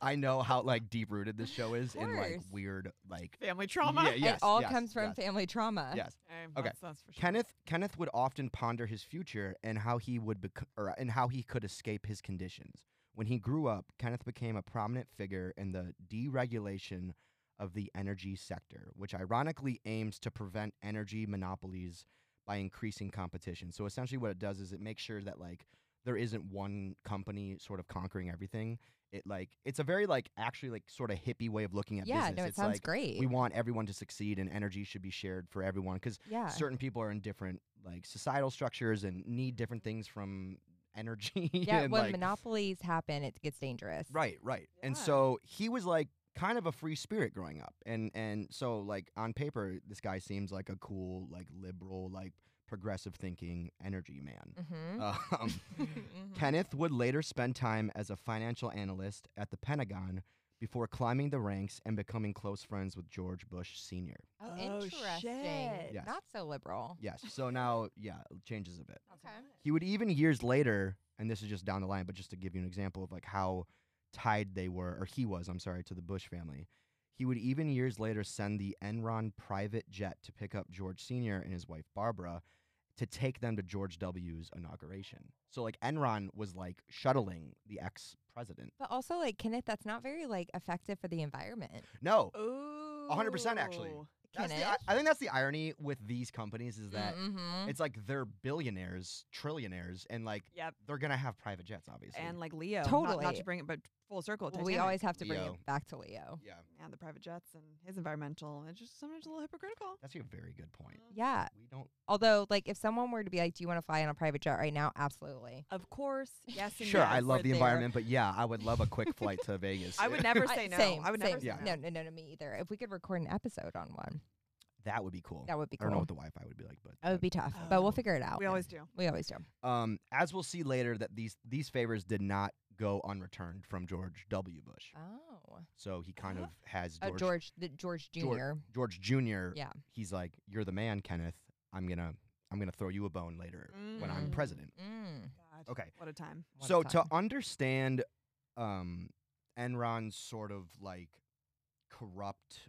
Speaker 3: I know how like deep rooted this show is in like
Speaker 1: course. weird,
Speaker 3: weird like.
Speaker 2: family trauma.
Speaker 3: Yeah, yes,
Speaker 1: it all
Speaker 3: yes,
Speaker 1: comes from
Speaker 3: yes,
Speaker 1: family trauma.
Speaker 3: Yes,
Speaker 2: Um,
Speaker 3: Okay.
Speaker 2: that's- that's for sure.
Speaker 3: Kenneth Kenneth would often ponder his future and how he would bec- or and how he could escape his conditions. When he grew up, Kenneth became a prominent figure in the deregulation of the energy sector, which ironically aims to prevent energy monopolies by increasing competition. So essentially what it does is it makes sure that like there isn't one company sort of conquering everything. It like it's a very like actually like sort of hippie way of looking at
Speaker 1: Yeah,
Speaker 3: business.
Speaker 1: no, it
Speaker 3: it's
Speaker 1: sounds
Speaker 3: like
Speaker 1: great.
Speaker 3: we want everyone to succeed and energy should be shared for everyone cuz
Speaker 1: yeah.
Speaker 3: certain people are in different like societal structures and need different things from energy.
Speaker 1: Yeah,
Speaker 3: and,
Speaker 1: when
Speaker 3: like-
Speaker 1: monopolies happen, it gets dangerous.
Speaker 3: Right, right. And
Speaker 2: Yeah.
Speaker 3: so he was like kind of a free spirit growing up, and and so like on paper, this guy seems like a cool, like liberal, like progressive thinking energy man.
Speaker 1: Mm-hmm.
Speaker 3: Um, Kenneth would later spend time as a financial analyst at the Pentagon before climbing the ranks and becoming close friends with George Bush Sr.
Speaker 1: Oh,
Speaker 2: Oh,
Speaker 1: interesting.
Speaker 2: shit.
Speaker 3: Yes.
Speaker 1: Not so liberal.
Speaker 3: Yes. So now, yeah, it changes a bit.
Speaker 1: Okay.
Speaker 3: He would even years later, and this is just down the line, but just to give you an example of like how tied they were, or he was, I'm sorry, to the Bush family. He would even years later send the Enron private jet to pick up George Sr. and his wife Barbara to take them to George W.'s inauguration. So like Enron was like shuttling the ex president.
Speaker 1: But also, like Kenneth, that's not very like effective for the environment.
Speaker 3: No,
Speaker 2: Oh.
Speaker 3: 100% actually. that's the,
Speaker 1: Kenneth,
Speaker 3: I, I think that's the irony with these companies is that
Speaker 1: Mm-hmm.
Speaker 3: it's like they're billionaires, trillionaires, and like
Speaker 2: Yep.
Speaker 3: they're gonna have private jets, obviously.
Speaker 2: And like Leo. not- Not,
Speaker 1: Totally.
Speaker 2: to bring it, but full circle.
Speaker 1: we
Speaker 2: Titanic.
Speaker 1: always have to bring
Speaker 3: Leo.
Speaker 1: it back to
Speaker 2: Mm-hmm.
Speaker 1: Leo.
Speaker 3: yeah,
Speaker 2: Yeah, the private jets and his environmental. It's just sometimes a little hypocritical.
Speaker 3: that's a very good point.
Speaker 1: Yeah.
Speaker 3: We don't.
Speaker 1: Although, like, if someone were to be like, "Do you want to fly on a private jet right now?" Absolutely.
Speaker 2: Of course. Yes. And
Speaker 3: sure,
Speaker 2: yes.
Speaker 3: I
Speaker 1: we're
Speaker 3: love the
Speaker 1: there.
Speaker 3: environment, but yeah, I would love a quick flight to Vegas.
Speaker 2: I would never
Speaker 1: I-
Speaker 2: say no.
Speaker 1: Same,
Speaker 2: I would never
Speaker 1: same.
Speaker 2: say
Speaker 1: No,
Speaker 3: Yeah.
Speaker 1: no, no, no, me either. If we could record an episode on one,
Speaker 3: that would be cool.
Speaker 1: that would be
Speaker 3: I
Speaker 1: cool.
Speaker 3: don't know what the Wi-Fi would be like, but
Speaker 1: that would be tough,
Speaker 2: Oh.
Speaker 1: but we'll figure it out.
Speaker 2: We always do.
Speaker 1: We always do.
Speaker 3: Um, as we'll see later, that these these favors did not go unreturned from George W. Bush.
Speaker 1: Oh,
Speaker 3: So he kind
Speaker 2: Huh?
Speaker 3: of has
Speaker 1: George,
Speaker 3: George
Speaker 1: Uh, George, the, George Jr.
Speaker 3: George- George Jr.
Speaker 1: Yeah.
Speaker 3: he's like, "You're the man, Kenneth. I'm gonna I'm gonna throw you a bone later when I'm
Speaker 1: Mm.
Speaker 3: president."
Speaker 1: Mm,
Speaker 2: God,
Speaker 3: Okay.
Speaker 2: What a time.
Speaker 1: what a
Speaker 3: so to
Speaker 1: time.
Speaker 3: understand um Enron's sort of like corrupt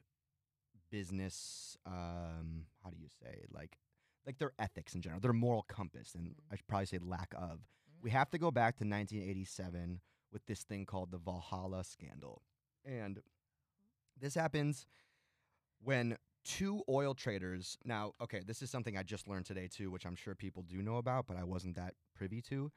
Speaker 3: business um how do you say like like their ethics in general, their moral compass and I should probably say lack of. We have to go back to 1987 with this thing called the Valhalla scandal. And this happens when two oil traders now okay this is something i just learned today too which i'm sure people do know about but i wasn't that privy to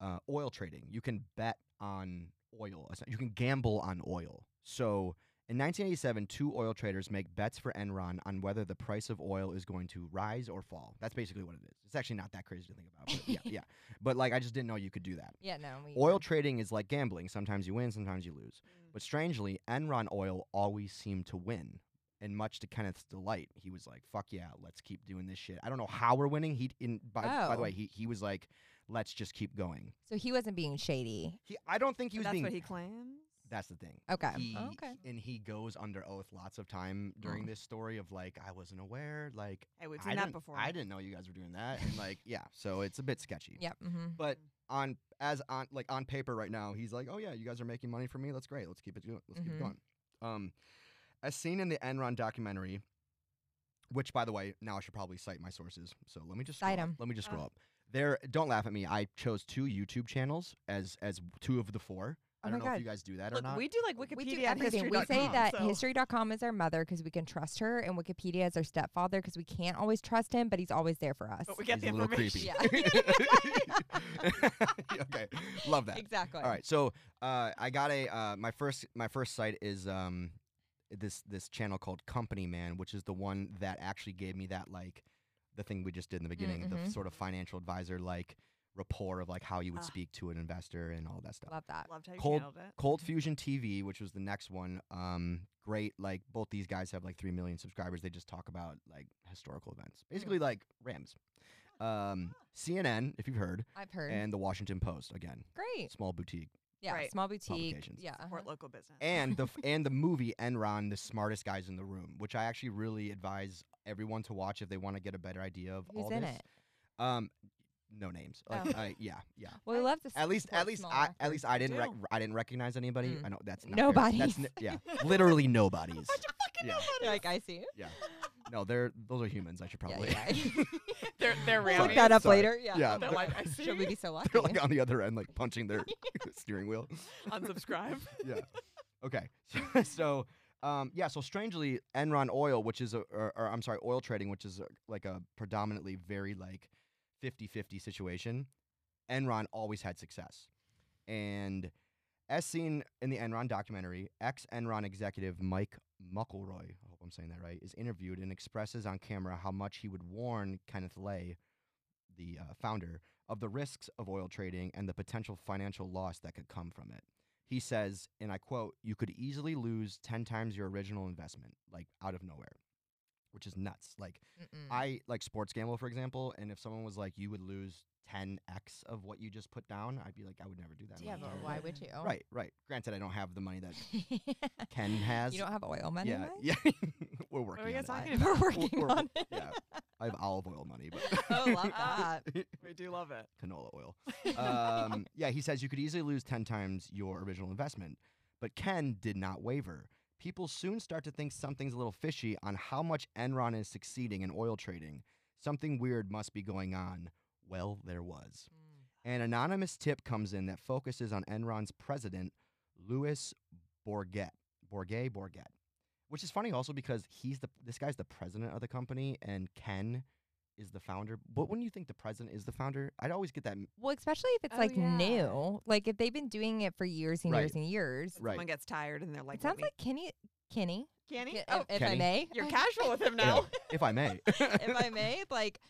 Speaker 3: uh, oil trading you can bet on oil es- you can gamble on oil so in 1987 two oil traders make bets for enron on whether the price of oil is going to rise or fall that's basically what it is it's actually not that crazy to think about but yeah yeah but like i just didn't know you could do that
Speaker 1: yeah, no, we
Speaker 3: oil trading is like gambling sometimes you win sometimes you lose but strangely, Enron Oil always seemed to win. And much to Kenneth's delight, he was like, "Fuck yeah, let's keep doing this shit." I don't know how we're winning. He in by, by the
Speaker 1: Oh.
Speaker 3: way, he he was like, "Let's just keep going."
Speaker 1: So he wasn't being shady.
Speaker 3: He I don't think he
Speaker 2: But
Speaker 3: was
Speaker 2: that's
Speaker 3: being.
Speaker 2: what he Oh, claims.
Speaker 3: that's the thing.
Speaker 1: Okay.
Speaker 3: He,
Speaker 1: okay.
Speaker 3: And he goes under oath lots of time during this story of like, "I wasn't aware." Like,
Speaker 2: Hey, Mm. we've
Speaker 3: I
Speaker 2: seen that
Speaker 3: didn't-
Speaker 2: before.
Speaker 3: I didn't know you guys were doing that. And like, yeah, so it's a bit sketchy.
Speaker 1: Yep. Mm-hmm.
Speaker 3: But
Speaker 2: Mm.
Speaker 3: on as on like on paper right now, he's like, "Oh yeah, you guys are making money for me. That's great. Let's keep it. go- Let's keep
Speaker 2: Mm-hmm.
Speaker 1: Mhm.
Speaker 3: it going." Um, as seen in the Enron documentary, which by the way, now I should probably cite my sources. So let me just scroll
Speaker 1: Cite
Speaker 3: up.
Speaker 1: 'em.
Speaker 3: Let me just
Speaker 2: Uh.
Speaker 3: scroll up. There, don't laugh at me. I chose two YouTube channels as as two of the four.
Speaker 1: Oh
Speaker 3: I don't
Speaker 1: my
Speaker 3: know if
Speaker 1: God.
Speaker 3: you guys do that or
Speaker 2: Look,
Speaker 3: not.
Speaker 2: we do like Wikipedia
Speaker 1: We do
Speaker 2: and
Speaker 1: everything. We
Speaker 2: history.com,
Speaker 1: say that
Speaker 2: so-
Speaker 1: history.com is our mother because we can trust her, and Wikipedia is our stepfather because we can't always trust him, but he's always there for us.
Speaker 2: But we get
Speaker 3: He's
Speaker 2: the
Speaker 3: a little creepy.
Speaker 2: information.
Speaker 1: Yeah.
Speaker 3: okay, love that.
Speaker 1: Exactly.
Speaker 3: All right, so uh, I got a uh, my first my first site is um, this this channel called Company Man, which is the one that actually gave me that like the thing we just did in the beginning, the
Speaker 1: mhm.
Speaker 3: sort of financial advisor like rapport of like how you would
Speaker 2: Ah.
Speaker 3: speak to an investor and all that stuff.
Speaker 1: Love that.
Speaker 2: Loved how you
Speaker 3: Cold-
Speaker 2: handled it.
Speaker 3: Cold Fusion TV, which was the next one, um, great. Like both these guys have like three million subscribers. They just talk about like historical events,
Speaker 1: Mm.
Speaker 3: basically like Rams, um, CNN, if you've heard,
Speaker 1: I've heard.
Speaker 3: and the Washington Post. Again,
Speaker 1: Great.
Speaker 3: small boutique.
Speaker 1: Yeah.
Speaker 2: Right.
Speaker 1: Small boutique.
Speaker 3: Publications.
Speaker 1: Yeah. uh-huh.
Speaker 2: Support local business.
Speaker 3: and the f- and the movie Enron, the smartest guys in the room, which I actually really advise everyone to watch if they want to get a better idea of
Speaker 1: Who's
Speaker 3: all
Speaker 1: in
Speaker 3: this.
Speaker 1: it?
Speaker 3: Um, no names. Like,
Speaker 1: Oh.
Speaker 3: I, yeah, yeah.
Speaker 1: Well, we love to.
Speaker 3: At least, at
Speaker 1: support
Speaker 3: least,
Speaker 1: small
Speaker 3: I,
Speaker 1: actors.
Speaker 3: at least I didn't, rec-
Speaker 2: do.
Speaker 3: I didn't recognize anybody.
Speaker 1: Mm.
Speaker 3: I know that's not fair. That's
Speaker 1: Nobody's.
Speaker 3: n- yeah, literally nobody's. Yeah,
Speaker 1: You're like I see. you.
Speaker 3: yeah. No, they're those are humans. I should
Speaker 1: Yeah,
Speaker 3: probably.
Speaker 1: yeah, yeah.
Speaker 2: they're they're
Speaker 1: We'll
Speaker 2: rowdy.
Speaker 1: Look that up
Speaker 3: Sorry.
Speaker 1: later. Yeah.
Speaker 3: Yeah,
Speaker 1: Oh my
Speaker 3: they're
Speaker 2: like,
Speaker 1: God.
Speaker 2: I see
Speaker 1: Should we
Speaker 2: you.
Speaker 1: be so lucky?
Speaker 3: they're like on the other end, like punching their steering wheel.
Speaker 2: Unsubscribe.
Speaker 3: yeah. Okay. So, so um, yeah. So strangely, Enron Oil, which is a, or, or I'm sorry, oil trading, which is a, like a predominantly very like 50-50 situation. Enron always had success, and as seen in the Enron documentary, ex-Enron executive Mike McElroy, I hope I'm saying that right, is interviewed and expresses on camera how much he would warn Kenneth Lay, the uh, founder, of the risks of oil trading and the potential financial loss that could come from it he says, and I quote, you could easily lose 10 times your original investment, like out of nowhere. which is nuts. Like
Speaker 1: Mm-mm.
Speaker 3: "Oh, I like sports gamble, for example, and if someone was like, you would lose 10x of what you just put down, I'd be like, I would never do that. in my
Speaker 1: yeah, but
Speaker 3: entire
Speaker 1: why
Speaker 3: life."
Speaker 1: would you?
Speaker 3: Right, right. Granted, I don't have the money that Ken has.
Speaker 1: you don't have oil money.
Speaker 3: yeah,
Speaker 1: Mike?
Speaker 3: yeah. We're working.
Speaker 2: you guys
Speaker 3: on it.
Speaker 2: talking
Speaker 1: We're
Speaker 3: We're-
Speaker 1: working
Speaker 3: we're-
Speaker 1: on it.
Speaker 3: Yeah, I have olive oil money, but
Speaker 1: oh, love that.
Speaker 2: We do love it.
Speaker 3: canola oil. Um, yeah, he says you could easily lose 10 times your original investment. But Ken did not waver. People soon start to think something's a little fishy on how much Enron is succeeding in oil trading. Something weird must be going on. Well, there was.
Speaker 1: Mm.
Speaker 3: An anonymous tip comes in that focuses on Enron's president, Louis Bourget. Bourget, Bourget. Which is funny also because he's the this guy's the president of the company and Ken is the founder. But when you think the president is the founder, I'd always get that m-
Speaker 1: Well, especially if it's
Speaker 2: Oh,
Speaker 1: like
Speaker 2: yeah.
Speaker 1: new, like if they've been doing it for years and
Speaker 3: Right.
Speaker 1: years and years.
Speaker 3: right.
Speaker 2: Someone gets tired and they're like,
Speaker 1: it sounds
Speaker 2: "Let me-
Speaker 1: like Kenny, Kenny,
Speaker 2: Kenny,
Speaker 1: K-
Speaker 2: oh,
Speaker 1: if, if I
Speaker 3: Kenny.
Speaker 1: may,
Speaker 2: you're casual with him
Speaker 3: Yeah,
Speaker 2: now.
Speaker 3: if I may.
Speaker 1: if I may, like,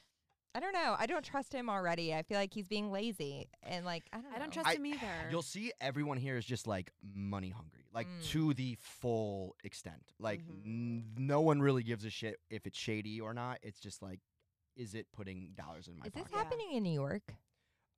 Speaker 1: I don't know. I don't trust him already. I feel like he's being lazy and like I don't.
Speaker 2: I don't
Speaker 1: know.
Speaker 2: trust
Speaker 3: I-
Speaker 2: him either.
Speaker 3: You'll see everyone here is just like money hungry, like
Speaker 1: Mm. Mm-hmm.
Speaker 3: to the full extent. Like
Speaker 2: Mhm.
Speaker 3: n- no one really gives a shit if it's shady or not. It's just like, is it putting dollars in my
Speaker 1: Is this
Speaker 3: pocket?
Speaker 2: Yeah.
Speaker 1: happening in New York?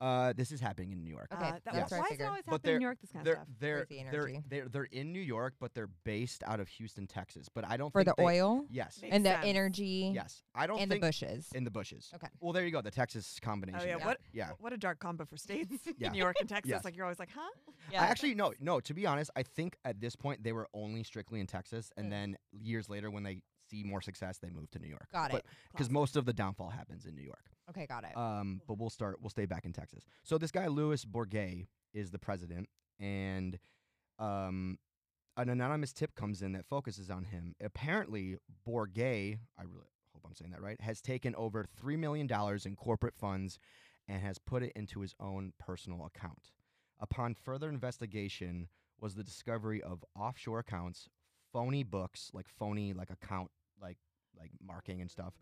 Speaker 3: uh, this is happening in New York.
Speaker 1: Okay,
Speaker 2: that
Speaker 1: that's
Speaker 2: was,
Speaker 1: what I
Speaker 2: why is it
Speaker 1: figured.
Speaker 2: always
Speaker 3: But
Speaker 2: happening in
Speaker 3: they're-
Speaker 2: New York? This kind of
Speaker 3: They're
Speaker 2: stuff.
Speaker 3: they're
Speaker 1: Oh, Crazy
Speaker 3: they're
Speaker 1: energy.
Speaker 3: they're they're in New York, but they're based out of Houston, Texas. But I don't
Speaker 1: For the
Speaker 3: think they-
Speaker 1: oil
Speaker 3: Yes,
Speaker 2: Makes
Speaker 1: and the
Speaker 2: sense.
Speaker 1: energy
Speaker 3: yes. I don't
Speaker 1: and the
Speaker 3: think
Speaker 1: bushes.
Speaker 3: in the bushes.
Speaker 1: Okay. Oh,
Speaker 3: Well, there you go. The Texas combination.
Speaker 2: yeah,
Speaker 3: there.
Speaker 2: what-
Speaker 3: Yeah.
Speaker 2: What a dark combo for states
Speaker 3: Yeah.
Speaker 2: in New York and Texas.
Speaker 3: Yes.
Speaker 2: Like you're always like, huh?
Speaker 1: yeah.
Speaker 3: I actually no, no. To be honest, I think at this point they were only strictly in Texas, and
Speaker 1: Mm.
Speaker 3: then years later, when they see more success, they move to New York.
Speaker 1: got it.
Speaker 3: because most of the downfall happens in New York.
Speaker 1: Okay, got it.
Speaker 3: Um, but we'll start. We'll stay back in Texas. So this guy Louis Bourget is the president, and um, an anonymous tip comes in that focuses on him. Apparently, Bourget, I really hope I'm saying that right, has taken over three million dollars in corporate funds and has put it into his own personal account. Upon further investigation, was the discovery of offshore accounts, phony books, like phony like account like like marking and stuff,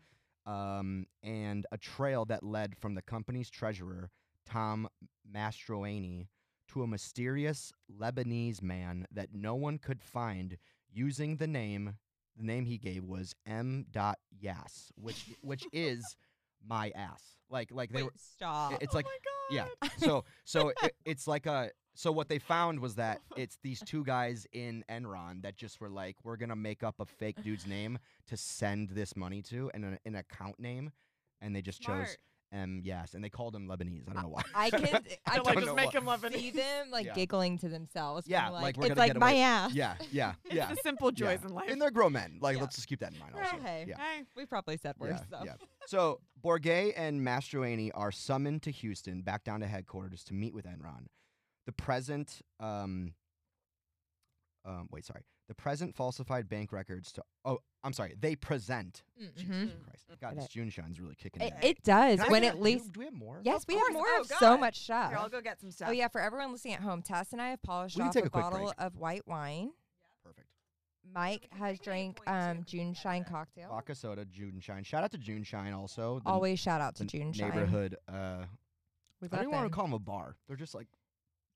Speaker 3: um, and a trail that led from the company's treasurer, Tom Mastroianni, to a mysterious Lebanese man that no one could find using the name the name he gave was M. Dot Yas, which which is my ass. Like like they
Speaker 1: Wait,
Speaker 3: were
Speaker 1: stop.
Speaker 3: it's like
Speaker 2: my
Speaker 3: yeah. So so it, it's like a so what they found was that it's these two guys in Enron that just were like, we're gonna make up a fake dude's name to send this money to and an, an account name, and they just chose
Speaker 2: Smart.
Speaker 3: M. Yes, and they called him Lebanese. I don't know why.
Speaker 1: I can. I
Speaker 3: They're
Speaker 1: can
Speaker 3: like,
Speaker 2: like
Speaker 3: don't
Speaker 2: just
Speaker 3: know
Speaker 2: make him
Speaker 1: see
Speaker 2: Lebanese.
Speaker 1: them like
Speaker 3: Yeah.
Speaker 1: giggling to themselves. being
Speaker 3: Yeah,
Speaker 1: like,
Speaker 3: like, we're
Speaker 1: it's
Speaker 3: gonna
Speaker 1: like
Speaker 3: get
Speaker 1: my
Speaker 3: away-
Speaker 1: ass.
Speaker 3: yeah, yeah, yeah.
Speaker 2: It's the simple joys in life.
Speaker 3: And they're grown men. Like,
Speaker 1: Yeah.
Speaker 3: let's just keep that in mind.
Speaker 1: We're
Speaker 3: Also.
Speaker 1: okay.
Speaker 3: Yeah.
Speaker 2: Hey,
Speaker 1: We probably said worse.
Speaker 3: Yeah,
Speaker 1: so.
Speaker 3: yeah. So Borgay and Mastroianni are summoned to Houston, back down to headquarters to meet with Enron. The present, um, um, wait, sorry, the present falsified bank records to. Oh, I'm sorry, they present.
Speaker 1: Mhm.
Speaker 3: Jesus Christ, God, this June shine's really kicking.
Speaker 1: It,
Speaker 3: in.
Speaker 1: it does
Speaker 3: Can I
Speaker 1: when
Speaker 3: get
Speaker 1: at
Speaker 3: a- do-
Speaker 1: least.
Speaker 3: Do we have more?
Speaker 1: Yes, we have
Speaker 2: course.
Speaker 1: more
Speaker 2: Oh,
Speaker 1: of so
Speaker 2: God.
Speaker 1: much stuff.
Speaker 2: Here, I'll go get some stuff.
Speaker 1: Oh yeah, for everyone listening at home, Tess and I have polished
Speaker 3: We can
Speaker 1: off
Speaker 3: take
Speaker 1: a,
Speaker 3: a quick
Speaker 1: bottle
Speaker 3: break.
Speaker 1: of white wine.
Speaker 3: Perfect.
Speaker 1: Mike
Speaker 2: can
Speaker 1: has
Speaker 2: take any
Speaker 1: drank
Speaker 2: point,
Speaker 1: um,
Speaker 2: too.
Speaker 1: June Shine cocktail.
Speaker 3: Vodka soda, June shine. Shout out to June shine also. The,
Speaker 1: Always shout out to
Speaker 3: the
Speaker 1: June Shine.
Speaker 3: neighborhood. Uh,
Speaker 1: We love
Speaker 3: I don't want
Speaker 1: them.
Speaker 3: to call them a bar. They're just like.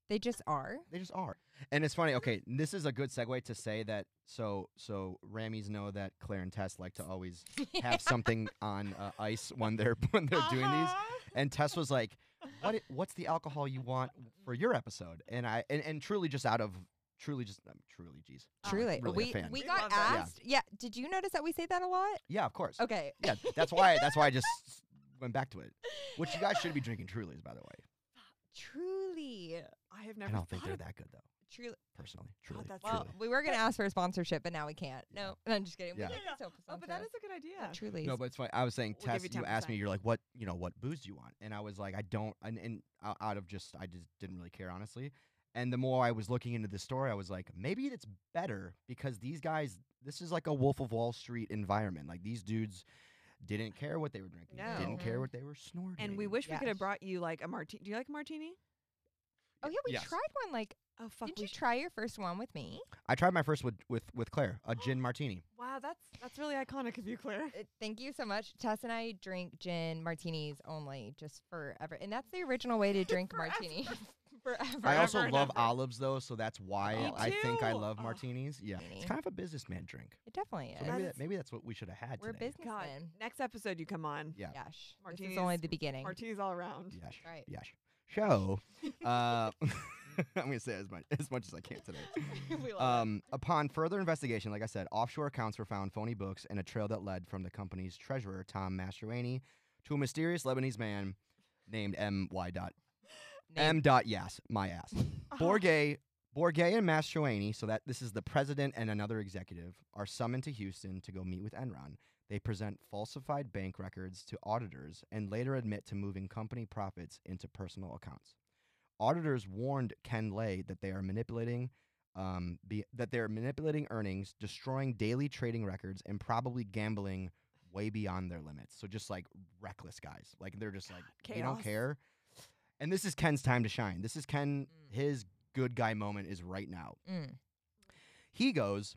Speaker 1: They just are.
Speaker 3: They just are. And it's funny. Okay, this is a good segue to say that. So, so Rammies know that Claire and Tess like to always have something on uh, ice when they're when they're doing
Speaker 2: Uh-huh.
Speaker 3: these. And Tess was like, "What? i- What's the alcohol you want for your episode?" And I and, and truly just out of truly just um, truly, jeez, I'm, like,
Speaker 1: Uh, Truly,
Speaker 3: really a
Speaker 1: we
Speaker 3: fan.
Speaker 1: we
Speaker 2: We
Speaker 1: got
Speaker 2: love that.
Speaker 3: Yeah.
Speaker 1: asked. Yeah. did you notice that we say that a lot?
Speaker 3: yeah, of course.
Speaker 1: Okay.
Speaker 3: Yeah, that's why that's why I just went back to it. Which you guys should be drinking Trulies, by the way.
Speaker 1: Truly,
Speaker 2: I have
Speaker 3: I
Speaker 2: never
Speaker 3: don't think
Speaker 2: thought
Speaker 3: they're
Speaker 2: of
Speaker 3: that good though,
Speaker 1: truly.
Speaker 3: personally. Truly,
Speaker 2: that's-
Speaker 1: Well,
Speaker 3: truly.
Speaker 1: we were gonna ask for a sponsorship, but now we can't. No, I'm just kidding.
Speaker 3: Yeah.
Speaker 1: We can
Speaker 2: Yeah, yeah.
Speaker 1: still
Speaker 2: Oh, but that
Speaker 1: sponsor
Speaker 2: is a good
Speaker 1: us.
Speaker 2: idea.
Speaker 1: Yeah, Truly.
Speaker 3: No, but it's funny. I was saying,
Speaker 2: We'll
Speaker 3: Tess,
Speaker 2: give you
Speaker 3: you asked me,
Speaker 2: 10%.
Speaker 3: you're like, what, you know, what booze do you want? And I was like, I don't, and, and o- out of just, I just didn't really care, honestly. And the more I was looking into the story, I was like, maybe it's better because these guys, this is like a Wolf of Wall Street environment. Like these dudes didn't care what they were drinking,
Speaker 2: No.
Speaker 3: didn't care
Speaker 1: Mhm.
Speaker 3: what they were snorting.
Speaker 2: And we wish we could
Speaker 1: Yes.
Speaker 2: have brought you like a martini. Do you like a martini?
Speaker 1: oh yeah, we
Speaker 3: Yes.
Speaker 1: tried one. Like,
Speaker 2: Oh fuck,
Speaker 1: did
Speaker 2: we
Speaker 1: you
Speaker 2: sh-
Speaker 1: try your first one with me?
Speaker 3: I tried my first with with, with Claire, a gin martini.
Speaker 2: Wow, that's that's really iconic of you, Claire.
Speaker 1: Uh, Thank you so much. Tess and I drink gin martinis only, just forever, and that's the original way to drink
Speaker 2: Forever.
Speaker 1: martinis.
Speaker 2: forever.
Speaker 3: I also
Speaker 2: ever and
Speaker 3: love
Speaker 2: ever.
Speaker 3: olives though, so that's why
Speaker 1: Me
Speaker 3: I think I
Speaker 2: too.
Speaker 3: love
Speaker 2: Oh.
Speaker 3: martinis. Yeah,
Speaker 1: Martini.
Speaker 3: it's kind of a businessman drink.
Speaker 1: It definitely
Speaker 3: So
Speaker 1: is.
Speaker 3: maybe,
Speaker 2: That's-
Speaker 3: that, maybe that's what we should have had
Speaker 1: We're
Speaker 3: today.
Speaker 2: God,
Speaker 1: businessmen.
Speaker 2: next episode you come on.
Speaker 3: Yeah.
Speaker 1: Gosh, this
Speaker 2: Martinis-
Speaker 1: is only the beginning.
Speaker 2: Martinis all around.
Speaker 3: Yes.
Speaker 1: Right.
Speaker 3: Yes. So, uh, I'm gonna say as much as much as I can today.
Speaker 2: we love it.
Speaker 3: Um, upon further investigation, like I said, offshore accounts were found, phony books, and a trail that led from the company's treasurer Tom Mastroianni to a mysterious Lebanese man named M Y dot
Speaker 1: Name-
Speaker 3: M dot Yes, my ass.
Speaker 2: Uh-huh. Oh.
Speaker 3: Borgay, Borgay and Mastroianni, so that this is the president and another executive, are summoned to Houston to go meet with Enron. They present falsified bank records to auditors and later admit to moving company profits into personal accounts. Auditors warned Ken Lay that they are manipulating um, be, that they are manipulating earnings, destroying daily trading records, and probably gambling way beyond their limits. So just like reckless guys, like they're just like they don't
Speaker 2: chaos.
Speaker 3: care. And this is Ken's time to shine. This is Ken.
Speaker 1: Mm.
Speaker 3: His good guy moment is right now.
Speaker 1: Mm.
Speaker 3: He goes.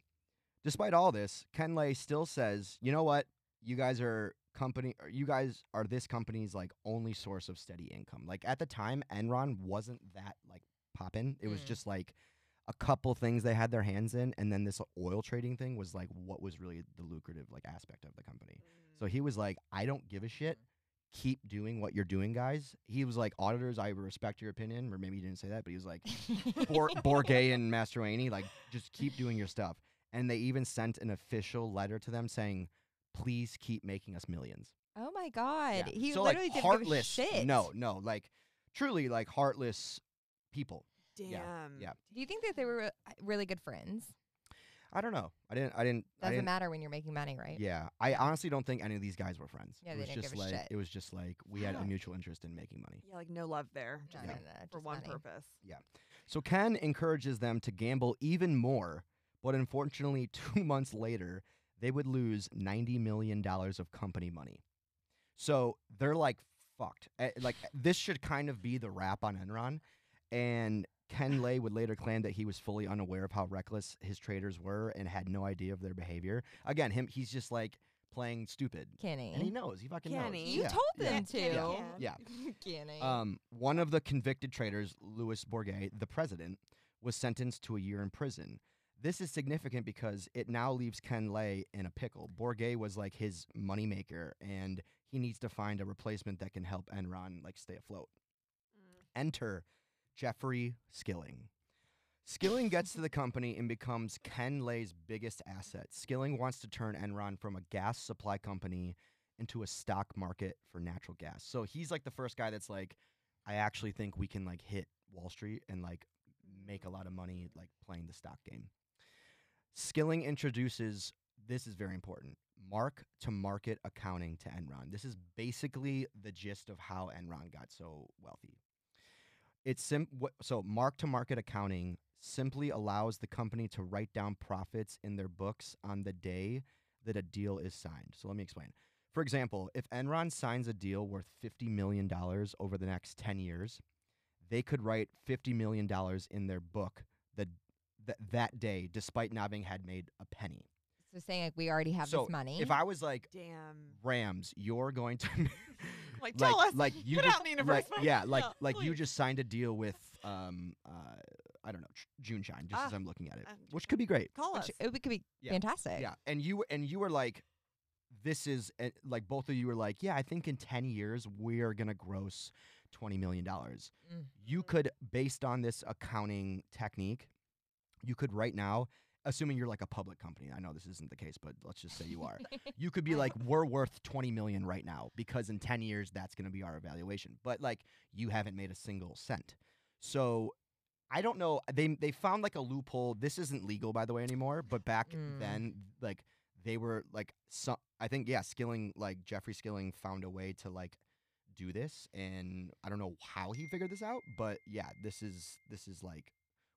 Speaker 3: Despite all this, Ken Lay still says, "You know what? You guys are company. Or you guys are this company's like only source of steady income. Like at the time, Enron wasn't that like poppin'. It was
Speaker 1: Mm.
Speaker 3: just like." a couple things they had their hands in, and then this oil trading thing was like what was really the lucrative like aspect of the company. So he was like, I don't give a shit.
Speaker 1: Mm-hmm.
Speaker 3: Keep doing what you're doing, guys. He was like, auditors, I respect your opinion, or maybe he didn't say that, but he was like,
Speaker 1: Mm.
Speaker 3: Bor- Borgay and Mastroianni, like, just keep doing your stuff. And they even sent an official letter to them saying, please keep making us millions.
Speaker 1: oh my God,
Speaker 3: Yeah.
Speaker 1: he
Speaker 3: so
Speaker 1: literally
Speaker 3: like,
Speaker 1: didn't
Speaker 3: heartless.
Speaker 1: give a shit.
Speaker 3: No, no, like truly like heartless people.
Speaker 2: Damn.
Speaker 3: yeah.
Speaker 1: Do you think that they were re- really good friends?
Speaker 3: I don't know. I didn't. I didn't. I
Speaker 1: Doesn't
Speaker 3: didn't
Speaker 1: matter when you're making money, right?
Speaker 3: Yeah, I honestly don't think any of these guys were friends.
Speaker 1: Yeah,
Speaker 3: it
Speaker 1: they
Speaker 3: was
Speaker 1: didn't
Speaker 3: just
Speaker 1: give a
Speaker 3: like
Speaker 1: shit.
Speaker 3: it was just like we had
Speaker 1: Yeah.
Speaker 3: a mutual interest in making money.
Speaker 2: Yeah, like no love there.
Speaker 1: No,
Speaker 2: Just
Speaker 1: no,
Speaker 3: yeah.
Speaker 1: no,
Speaker 2: for
Speaker 1: just
Speaker 2: one
Speaker 1: money.
Speaker 2: purpose.
Speaker 3: So Ken encourages them to gamble even more, but unfortunately, two months later, they would lose ninety million dollars of company money. So they're like fucked. Eh, Like this should kind of be the wrap on Enron, and. Ken Lay would later claim that he was fully unaware of how reckless his traders were and had no idea of their behavior. Again, him he's just like playing stupid.
Speaker 1: Kenny.
Speaker 3: And he knows. He fucking
Speaker 2: Kenny.
Speaker 3: knows.
Speaker 1: you
Speaker 3: Yeah,
Speaker 1: told
Speaker 3: yeah.
Speaker 1: them
Speaker 2: Yeah,
Speaker 1: to.
Speaker 2: yeah,
Speaker 3: yeah.
Speaker 1: Kenny.
Speaker 3: Um, one of the convicted traitors, Louis Bourget, the president, was sentenced to a year in prison. This is significant because it now leaves Ken Lay in a pickle. Bourget was like his moneymaker, and he needs to find a replacement that can help Enron like stay afloat. Enter Jeffrey Skilling. Skilling gets to the company and becomes Ken Lay's biggest asset. Skilling wants to turn Enron from a gas supply company into a stock market for natural gas. So he's like the first guy that's like, I actually think we can like hit Wall Street and like make a lot of money like playing the stock game. Skilling introduces this is very important mark to market accounting to Enron. This is basically the gist of how Enron got so wealthy. It's sim- wha- so mark to market accounting simply allows the company to write down profits in their books on the day that a deal is signed. So let me explain. For example, if Enron signs a deal worth $50 million over the next 10 years, they could write $50 million in their book the, th- that day, despite not having had made a penny.
Speaker 1: so saying like we already have
Speaker 3: so
Speaker 1: this
Speaker 2: Eh?
Speaker 1: money.
Speaker 3: If I was like,
Speaker 2: Damn.
Speaker 3: Rams, you're going to.
Speaker 2: Like, tell us.
Speaker 3: Like, you
Speaker 2: Put
Speaker 3: just,
Speaker 2: out in the universe.
Speaker 3: like- yeah, like, like you
Speaker 2: please.
Speaker 3: just signed a deal with, um, uh, I don't know, Tr- June Shine, just as
Speaker 2: Ah,
Speaker 3: I'm looking at it,
Speaker 2: ah,
Speaker 3: which could be great.
Speaker 2: Call us.
Speaker 1: which it would- could be
Speaker 3: Yeah.
Speaker 1: fantastic.
Speaker 3: Yeah, and you and you were like, this is uh, like both of you were like, yeah, I think in ten years we're gonna gross twenty million dollars.
Speaker 1: Mm.
Speaker 3: You could, based on this accounting technique, you could right now, assuming you're like a public company. I know this isn't the case, but let's just say you are. you could
Speaker 1: Mm.
Speaker 3: be like, we're worth twenty million right now because in ten years that's gonna be our evaluation. But like, you haven't made a single cent, so. I don't know. They they found like a loophole. This isn't legal, by the way, anymore. But back
Speaker 1: Mm.
Speaker 3: then, like they were like some. I think yeah, Skilling like Jeffrey Skilling found a way to like do this, and I don't know how he figured this out, but yeah, this is this is like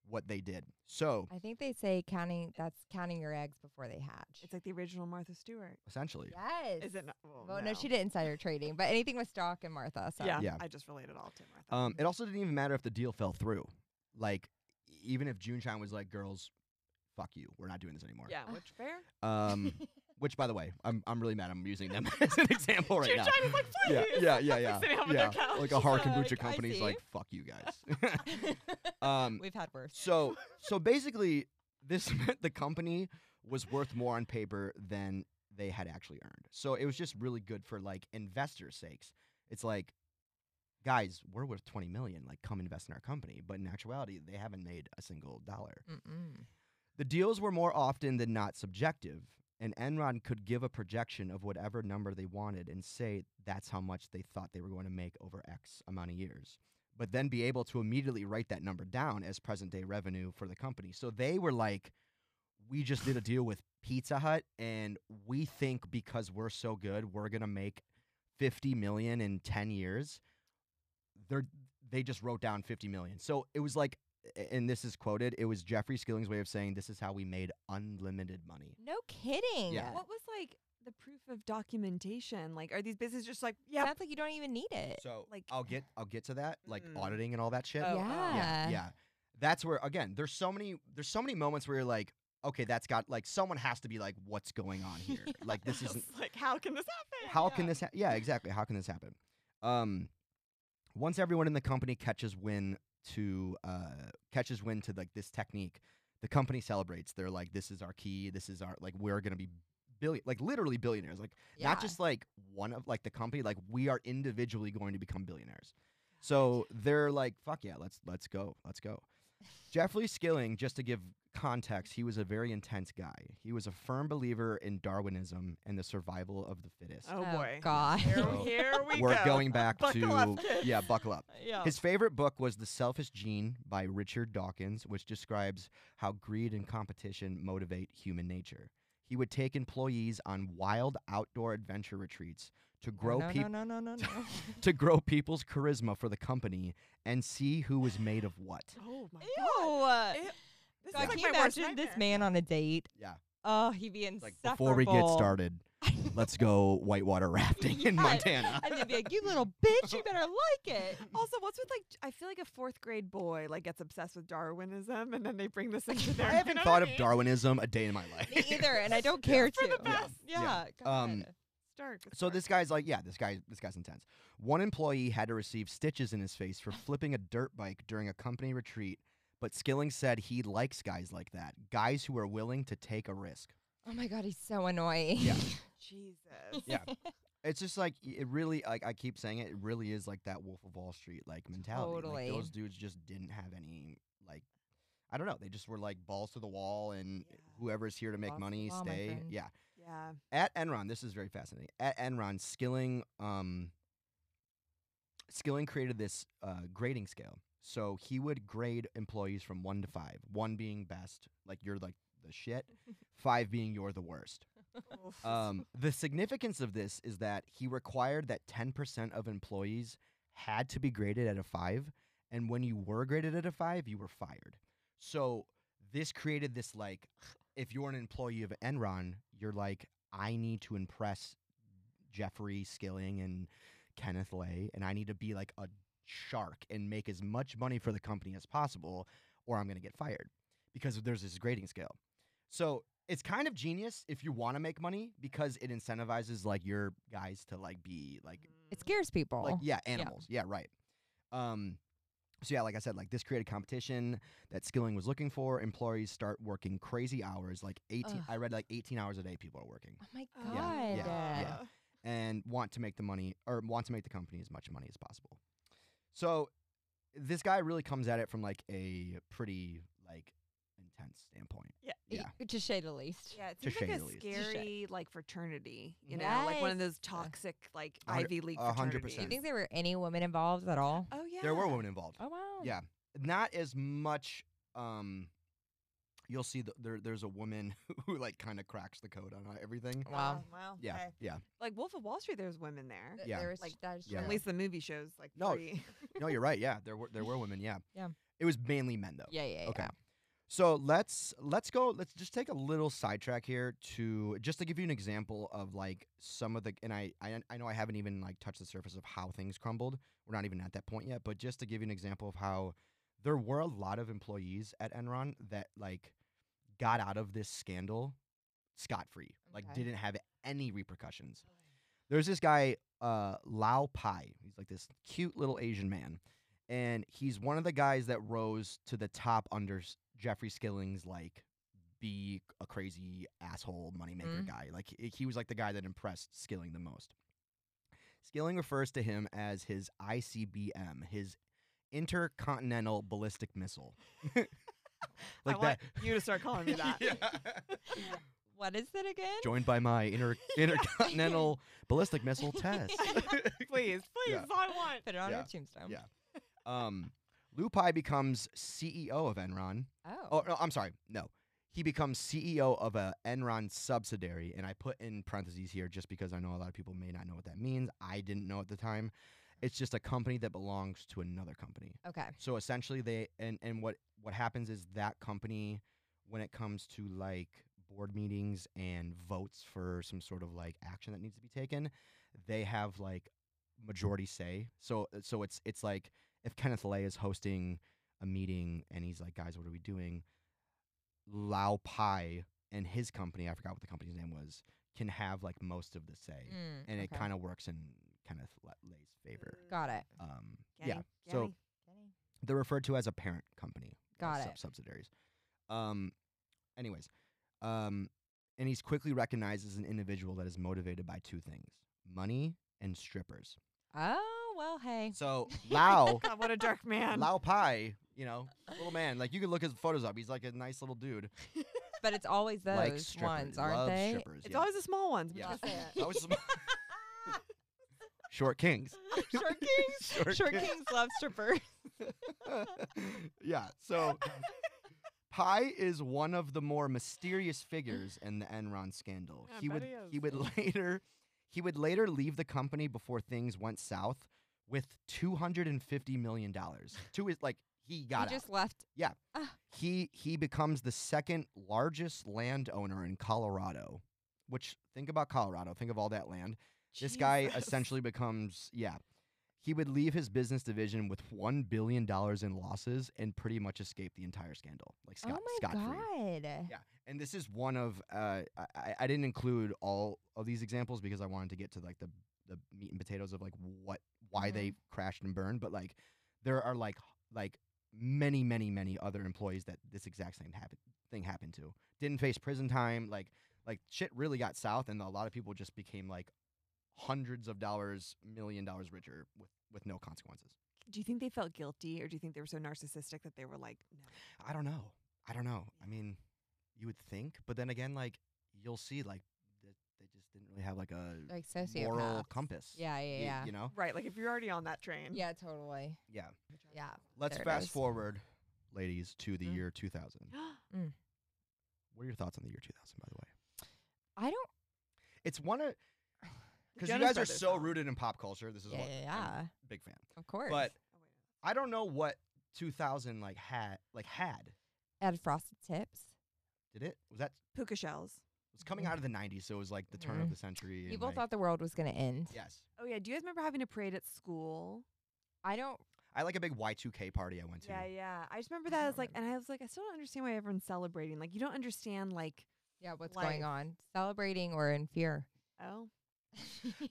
Speaker 3: what they did. So
Speaker 1: I think they say counting that's counting your eggs before they hatch.
Speaker 2: It's like the original Martha Stewart.
Speaker 3: essentially,
Speaker 1: yes.
Speaker 2: Is it not? Well,
Speaker 1: Well, Oh, no. she did insider trading, but anything with stock and Martha. So
Speaker 2: Yeah,
Speaker 3: Yeah.
Speaker 2: I just related all to Martha.
Speaker 3: um, it also didn't even matter if the deal fell through. Like e-, even if Juneshine was like, "Girls, fuck you, we're not doing this anymore."
Speaker 2: yeah, which fair.
Speaker 3: Um, Which, by the way, I'm, I'm really mad. I'm using them as an example right
Speaker 4: Your
Speaker 3: now.
Speaker 4: time is like,
Speaker 3: Yeah,
Speaker 4: please.
Speaker 3: yeah, yeah,
Speaker 4: Like,
Speaker 3: yeah,
Speaker 4: sitting on their
Speaker 3: yeah.
Speaker 4: couch,
Speaker 3: Like a hard
Speaker 4: uh, like,
Speaker 3: kombucha
Speaker 4: I
Speaker 3: company's
Speaker 4: see.
Speaker 3: like, fuck you guys. um,
Speaker 4: We've had worse.
Speaker 3: so so basically, this meant the company was worth more on paper than they had actually earned. So it was just really good for like investors' sakes. It's like, guys, we're worth twenty million. Like, come invest in our company. But in actuality, they haven't made a single dollar.
Speaker 4: Mm-mm.
Speaker 3: The deals were more often than not subjective, and Enron could give a projection of whatever number they wanted and say that's how much they thought they were going to make over X amount of years, but then be able to immediately write that number down as present day revenue for the company. So they were like, we just did a deal with Pizza Hut, and we think because we're so good, we're going to make 50 million in 10 years. They're, they just wrote down 50 million. So it was like a- and this is quoted, it was Jeffrey Skilling's way of saying this is how we made unlimited money.
Speaker 1: No kidding.
Speaker 3: Yeah.
Speaker 2: What was like the proof of documentation? Like, are these businesses just like,
Speaker 1: Yeah.
Speaker 2: yeah,
Speaker 1: Sounds like you don't even need it.
Speaker 3: So
Speaker 2: Like-
Speaker 3: I'll get I'll get to that, like
Speaker 2: Mm.
Speaker 3: auditing and all that shit.
Speaker 4: Oh, wow.
Speaker 1: yeah.
Speaker 3: yeah. yeah. That's where again, there's so many there's so many moments where you're like, okay, that's got like someone has to be like, what's going on here? Like this
Speaker 4: It's
Speaker 3: isn't
Speaker 4: like, how can this happen?
Speaker 3: how
Speaker 4: Yeah.
Speaker 3: can this ha- yeah, exactly. How can this happen? Um once everyone in the company catches wind to uh catches wind to like this technique, the company celebrates. They're like, this is our key, this is our like we're gonna be billion like literally billionaires. Like not
Speaker 4: Yeah.
Speaker 3: just like one of like the company like we are individually going to become billionaires so they're like fuck yeah let's let's go let's go jeffrey skilling just to give context he was a very intense guy he was a firm believer in darwinism and the survival of the fittest
Speaker 4: Oh,
Speaker 1: Oh,
Speaker 4: boy.
Speaker 1: God.
Speaker 4: Here,
Speaker 3: So,
Speaker 4: here we
Speaker 3: Oh. we're
Speaker 4: go.
Speaker 3: going back
Speaker 4: Buckle
Speaker 3: to
Speaker 4: up, kids.
Speaker 3: yeah buckle up
Speaker 1: Oh.
Speaker 4: Yeah.
Speaker 3: his favorite book was The Selfish Gene by Richard Dawkins, which describes how greed and competition motivate human nature. He would take employees on wild outdoor adventure retreats to grow
Speaker 1: no,
Speaker 3: peop-
Speaker 1: no, no, no, no, no.
Speaker 3: to grow people's charisma for the company and see who was made of what.
Speaker 4: oh my god.
Speaker 1: Ew.
Speaker 4: Ew. This
Speaker 1: God,
Speaker 4: is
Speaker 1: can
Speaker 4: like
Speaker 1: you
Speaker 4: my worst
Speaker 1: imagine this
Speaker 4: nightmare.
Speaker 1: man on a date?
Speaker 3: Yeah.
Speaker 1: Oh, he'd be
Speaker 3: Like
Speaker 1: insufferable.
Speaker 3: before we get started, let's go whitewater rafting in
Speaker 1: Yes.
Speaker 3: Montana.
Speaker 1: and they'd be like, "You little bitch, you better like it."
Speaker 2: Also, what's with like? j- I feel like a fourth grade boy like gets obsessed with Darwinism, and then they bring this into
Speaker 3: I
Speaker 2: their. you
Speaker 3: haven't
Speaker 2: know what
Speaker 3: thought of
Speaker 2: mean?
Speaker 3: Darwinism a day in my life.
Speaker 1: Me either, and I don't
Speaker 3: Yeah.
Speaker 1: care
Speaker 4: For
Speaker 1: to.
Speaker 4: the best.
Speaker 1: Yeah.
Speaker 3: Um,
Speaker 1: God.
Speaker 2: It's dark. it's
Speaker 3: So
Speaker 2: dark.
Speaker 3: this guy's like, yeah, this guy, this guy's intense. One employee had to receive stitches in his face for flipping a dirt bike during a company retreat, but Skilling said he likes guys like that, guys who are willing to take a risk.
Speaker 1: oh my god, he's so annoying.
Speaker 3: Yeah.
Speaker 2: Jesus.
Speaker 3: Yeah. It's just like y- it really, like I keep saying it, it really is like that Wolf of Wall Street like mentality. Like,
Speaker 1: Totally.
Speaker 3: those dudes just didn't have any like, I don't know, they just were like balls to the wall, and
Speaker 2: Yeah.
Speaker 3: whoever's here to make
Speaker 1: Balls to the
Speaker 3: money
Speaker 1: wall, my
Speaker 3: stay.
Speaker 1: friend.
Speaker 3: Yeah.
Speaker 2: Yeah.
Speaker 3: at Enron, this is very fascinating. At Enron, Skilling, um, Skilling created this uh, grading scale. So he would grade employees from one to five. One being best, like you're like the shit. five being you're the worst.
Speaker 2: Oof.
Speaker 3: Um, the significance of this is that he required that 10% of employees had to be graded at a five. And when you were graded at a five, you were fired. So this created this like, if you're an employee of Enron, you're like, I need to impress Jeffrey Skilling and Kenneth Lay, and I need to be like a shark and make as much money for the company as possible, or I'm going to get fired because there's this grading scale. So it's kind of genius if you want to make money because it incentivizes like your guys to like be like
Speaker 1: It scares people.
Speaker 3: like yeah animals yeah, right um so yeah like i said like this created competition that skilling was looking for employees start working crazy hours like 18
Speaker 1: Ugh.
Speaker 3: i read like 18 hours a day people are working
Speaker 1: oh my god.
Speaker 3: Yeah, yeah, yeah.
Speaker 1: Uh,
Speaker 3: and want to make the money or want to make the company as much money as possible so this guy really comes at it from like a pretty like intense standpoint
Speaker 4: Yeah.
Speaker 3: yeah
Speaker 1: y- To say the least.
Speaker 2: Yeah, it
Speaker 3: to
Speaker 2: seems like
Speaker 3: say
Speaker 2: a
Speaker 3: the least.
Speaker 1: To say-
Speaker 2: scary like fraternity, you
Speaker 3: Mhm.
Speaker 2: know, like one of
Speaker 1: Yes.
Speaker 2: those toxic like
Speaker 3: A hundred-
Speaker 2: Ivy League
Speaker 3: a
Speaker 2: fraternities.
Speaker 3: hundred
Speaker 1: Do you
Speaker 3: percent.
Speaker 1: think there were any women involved at all?
Speaker 2: Oh yeah.
Speaker 3: there were women involved
Speaker 1: Oh wow.
Speaker 3: Yeah. not as much um you'll see th there there's a woman who like kind of cracks the code on uh, everything
Speaker 1: Wow.
Speaker 2: Wow.
Speaker 3: yeah
Speaker 2: Oh, okay.
Speaker 3: yeah
Speaker 2: Like Wolf of Wall Street, there's women there.
Speaker 1: Th-
Speaker 3: Yeah.
Speaker 1: There was
Speaker 2: Like,
Speaker 1: that is
Speaker 3: yeah.
Speaker 2: At
Speaker 1: true.
Speaker 2: least the movie shows like
Speaker 3: No,
Speaker 2: three.
Speaker 3: no you're right yeah there were there were women yeah
Speaker 1: Yeah.
Speaker 3: it was mainly men though
Speaker 1: Yeah, yeah, yeah.
Speaker 3: okay so let's let's go let's just take a little sidetrack here to just to give you an example of like some of the and I, I i know i haven't even like touched the surface of how things crumbled we're not even at that point yet but just to give you an example of how there were a lot of employees at enron that like got out of this scandal scot free, like
Speaker 1: Okay.
Speaker 3: didn't have any repercussions. There's this guy, uh, Lao Pai. He's like this cute little Asian man, and he's one of the guys that rose to the top under S- Jeffrey Skilling's like be a crazy asshole moneymaker
Speaker 1: Mm.
Speaker 3: guy. Like he- he was like the guy that impressed Skilling the most. Skilling refers to him as his ICBM, his intercontinental ballistic missile.
Speaker 4: I want you to start calling me that.
Speaker 3: Yeah.
Speaker 1: What is it again?
Speaker 3: Joined by my inter- intercontinental ballistic missile test.
Speaker 4: Please, please,
Speaker 3: Yeah.
Speaker 4: I want.
Speaker 1: Put it on
Speaker 3: Yeah.
Speaker 1: your tombstone.
Speaker 3: Yeah. um, Lupai becomes CEO of Enron.
Speaker 1: Oh.
Speaker 3: Oh, no, I'm sorry. No. He becomes CEO of a Enron subsidiary, and I put in parentheses here just because I know a lot of people may not know what that means. I didn't know at the time. It's just a company that belongs to another company.
Speaker 1: Okay.
Speaker 3: So essentially, they and and what what happens is that company, when it comes to like board meetings and votes for some sort of like action that needs to be taken, they have like majority say. So uh, so it's it's like if Kenneth Lay is hosting a meeting and he's like, guys, what are we doing? Lao Pai and his company, I forgot what the company's name was, can have like most of the say,
Speaker 1: Mm,
Speaker 3: and it
Speaker 1: okay.
Speaker 3: kind of works in Kenneth La- Lay's favor.
Speaker 1: Got it.
Speaker 3: Um,
Speaker 2: Kenny,
Speaker 3: yeah. So
Speaker 2: Kenny.
Speaker 3: they're referred to as a parent company. uh,
Speaker 1: Got
Speaker 3: sub-
Speaker 1: it.
Speaker 3: Subsidiaries. Um, anyways, um, and he's quickly recognized as an individual that is motivated by two things: money and strippers.
Speaker 1: Oh well, hey.
Speaker 3: So Lao,
Speaker 4: God, what a dark
Speaker 1: Um.
Speaker 4: man.
Speaker 3: Lao Pai, you know, little man. Like you can look his photos up. He's like a nice little dude.
Speaker 1: But it's always those
Speaker 3: like strippers,
Speaker 1: ones, aren't
Speaker 3: loves
Speaker 1: they?
Speaker 3: Strippers.
Speaker 4: It's
Speaker 3: yeah.
Speaker 4: always the small ones.
Speaker 3: Yeah.
Speaker 4: Yeah. Just say it.
Speaker 3: That was some- short kings.
Speaker 1: Short kings.
Speaker 3: Short
Speaker 1: Short
Speaker 3: kings.
Speaker 1: kings love strippers.
Speaker 3: yeah, so Pi is one of the more mysterious figures in the Enron scandal.
Speaker 4: I
Speaker 3: he would
Speaker 4: bet he is.
Speaker 3: he would later he would later leave the company before things went south with 250 million dollars. To his like he got
Speaker 1: he
Speaker 3: out.
Speaker 1: just left.
Speaker 3: he he becomes the second largest landowner in Colorado, which think about Colorado, think of all that land. This guy
Speaker 4: Jesus.
Speaker 3: essentially becomes, yeah. He would leave his business division with one billion dollars in losses and pretty much escape the entire scandal, like Scott,
Speaker 1: oh my
Speaker 3: Scott Free.
Speaker 1: god.
Speaker 3: Yeah, and this is one of uh, I- I, I didn't include all of these examples because I wanted to get to like the the meat and potatoes of like what why
Speaker 1: Mhm.
Speaker 3: they crashed and burned, but like there are like like many many many other employees that this exact same happen, thing happened to didn't face prison time like like shit really got south and a lot of people just became like hundreds of dollars million dollars richer with with no consequences
Speaker 2: do you think they felt guilty, or do you think they were so narcissistic that they were like, no?
Speaker 3: I don't know. I don't know. I mean, you would think, but then again, like you'll see, like that they just didn't really have like a
Speaker 1: Like sociopaths.
Speaker 3: moral compass.
Speaker 1: Yeah, yeah,
Speaker 3: y-
Speaker 1: yeah.
Speaker 3: You know.
Speaker 4: Right, like if you're already on that train.
Speaker 1: Yeah, totally.
Speaker 3: Yeah.
Speaker 1: Yeah.
Speaker 3: Let's
Speaker 1: There it
Speaker 3: fast
Speaker 1: is.
Speaker 3: forward, ladies, to the
Speaker 1: Mm.
Speaker 3: year 2000.
Speaker 2: Oh,
Speaker 1: Mm.
Speaker 3: What are your thoughts on the year 2000, by the way?
Speaker 1: I don't.
Speaker 3: It's one of because you
Speaker 4: Jonas
Speaker 3: guys are
Speaker 4: Brothers
Speaker 3: so
Speaker 4: song.
Speaker 3: rooted in pop culture. This is
Speaker 1: Yeah,
Speaker 3: what
Speaker 1: yeah,
Speaker 3: I'm a
Speaker 1: yeah.
Speaker 3: big fan.
Speaker 1: Of course.
Speaker 3: But I don't know what 2000 like had like had.
Speaker 1: add frosted tips.
Speaker 3: Did it? Was that?
Speaker 2: Puka shells.
Speaker 3: It was coming out of the 90s, so it was like the turn
Speaker 1: Mhm.
Speaker 3: of the century. and,
Speaker 1: Mm. People
Speaker 3: like-
Speaker 1: thought the world was going to end.
Speaker 3: Yes.
Speaker 2: Oh yeah. Do you guys remember having a parade at school?
Speaker 1: I don't.
Speaker 3: I like a big Y2K party I went to.
Speaker 2: Yeah, yeah. I just remember
Speaker 1: I
Speaker 2: that
Speaker 1: don't
Speaker 2: as like, and I was like, I still don't understand why everyone's celebrating. Like, you don't understand, like,
Speaker 1: Yeah, what's
Speaker 2: Life.
Speaker 1: going on? Celebrating or in fear?
Speaker 2: oh,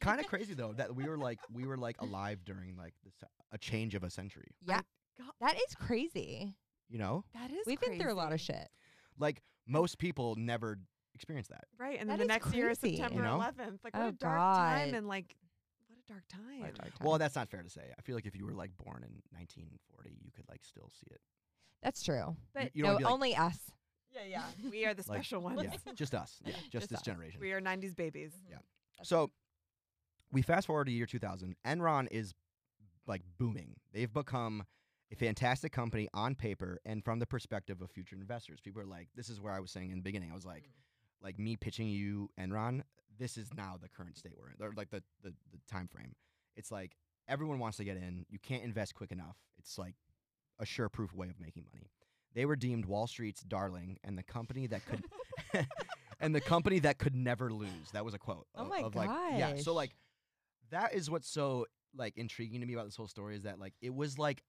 Speaker 3: kind of crazy though that we were like we were like alive during like this a change of a century.
Speaker 1: Yeah.
Speaker 2: God.
Speaker 1: That is crazy.
Speaker 3: You know,
Speaker 2: that is
Speaker 1: We've been through a lot of
Speaker 2: crazy.
Speaker 1: shit.
Speaker 3: like most people never experience that.
Speaker 4: Right. And
Speaker 1: That
Speaker 4: then the
Speaker 1: is
Speaker 4: next year is
Speaker 1: crazy.
Speaker 4: September
Speaker 3: You know?
Speaker 4: 11th. Like, what
Speaker 1: Oh,
Speaker 4: a dark time.
Speaker 1: God.
Speaker 4: And like, what a dark time.
Speaker 1: What a dark
Speaker 3: Well,
Speaker 1: time.
Speaker 3: that's not fair to say. I feel like if you were like born in 1940, you could like still see it.
Speaker 1: that's true.
Speaker 2: But-
Speaker 3: But you, you don't
Speaker 1: no,
Speaker 3: wanna be,
Speaker 1: only
Speaker 3: like,
Speaker 1: us.
Speaker 4: Yeah, yeah. We are the
Speaker 3: Like,
Speaker 4: special ones.
Speaker 3: yeah, just us. Yeah, just,
Speaker 1: Just
Speaker 3: this
Speaker 1: us.
Speaker 3: generation.
Speaker 4: We are 90s babies.
Speaker 3: Yeah.
Speaker 1: That's
Speaker 3: So we fast forward to year 2000. Enron is like booming. They've become a fantastic company on paper and from the perspective of future investors. People are like, this is where I was saying in the beginning. I was like, like me pitching you Enron, this is now the current state we're in, or like the, the, the time frame. It's like everyone wants to get in. You can't invest quick enough. It's like a sure proof way of making money. They were deemed Wall Street's darling and the company that could and the company that could never lose. That was a quote.
Speaker 1: Oh
Speaker 3: of-
Speaker 1: my
Speaker 3: of like, Yeah. So
Speaker 1: gosh.
Speaker 3: like that is what's so like intriguing to me about this whole story is that like it was like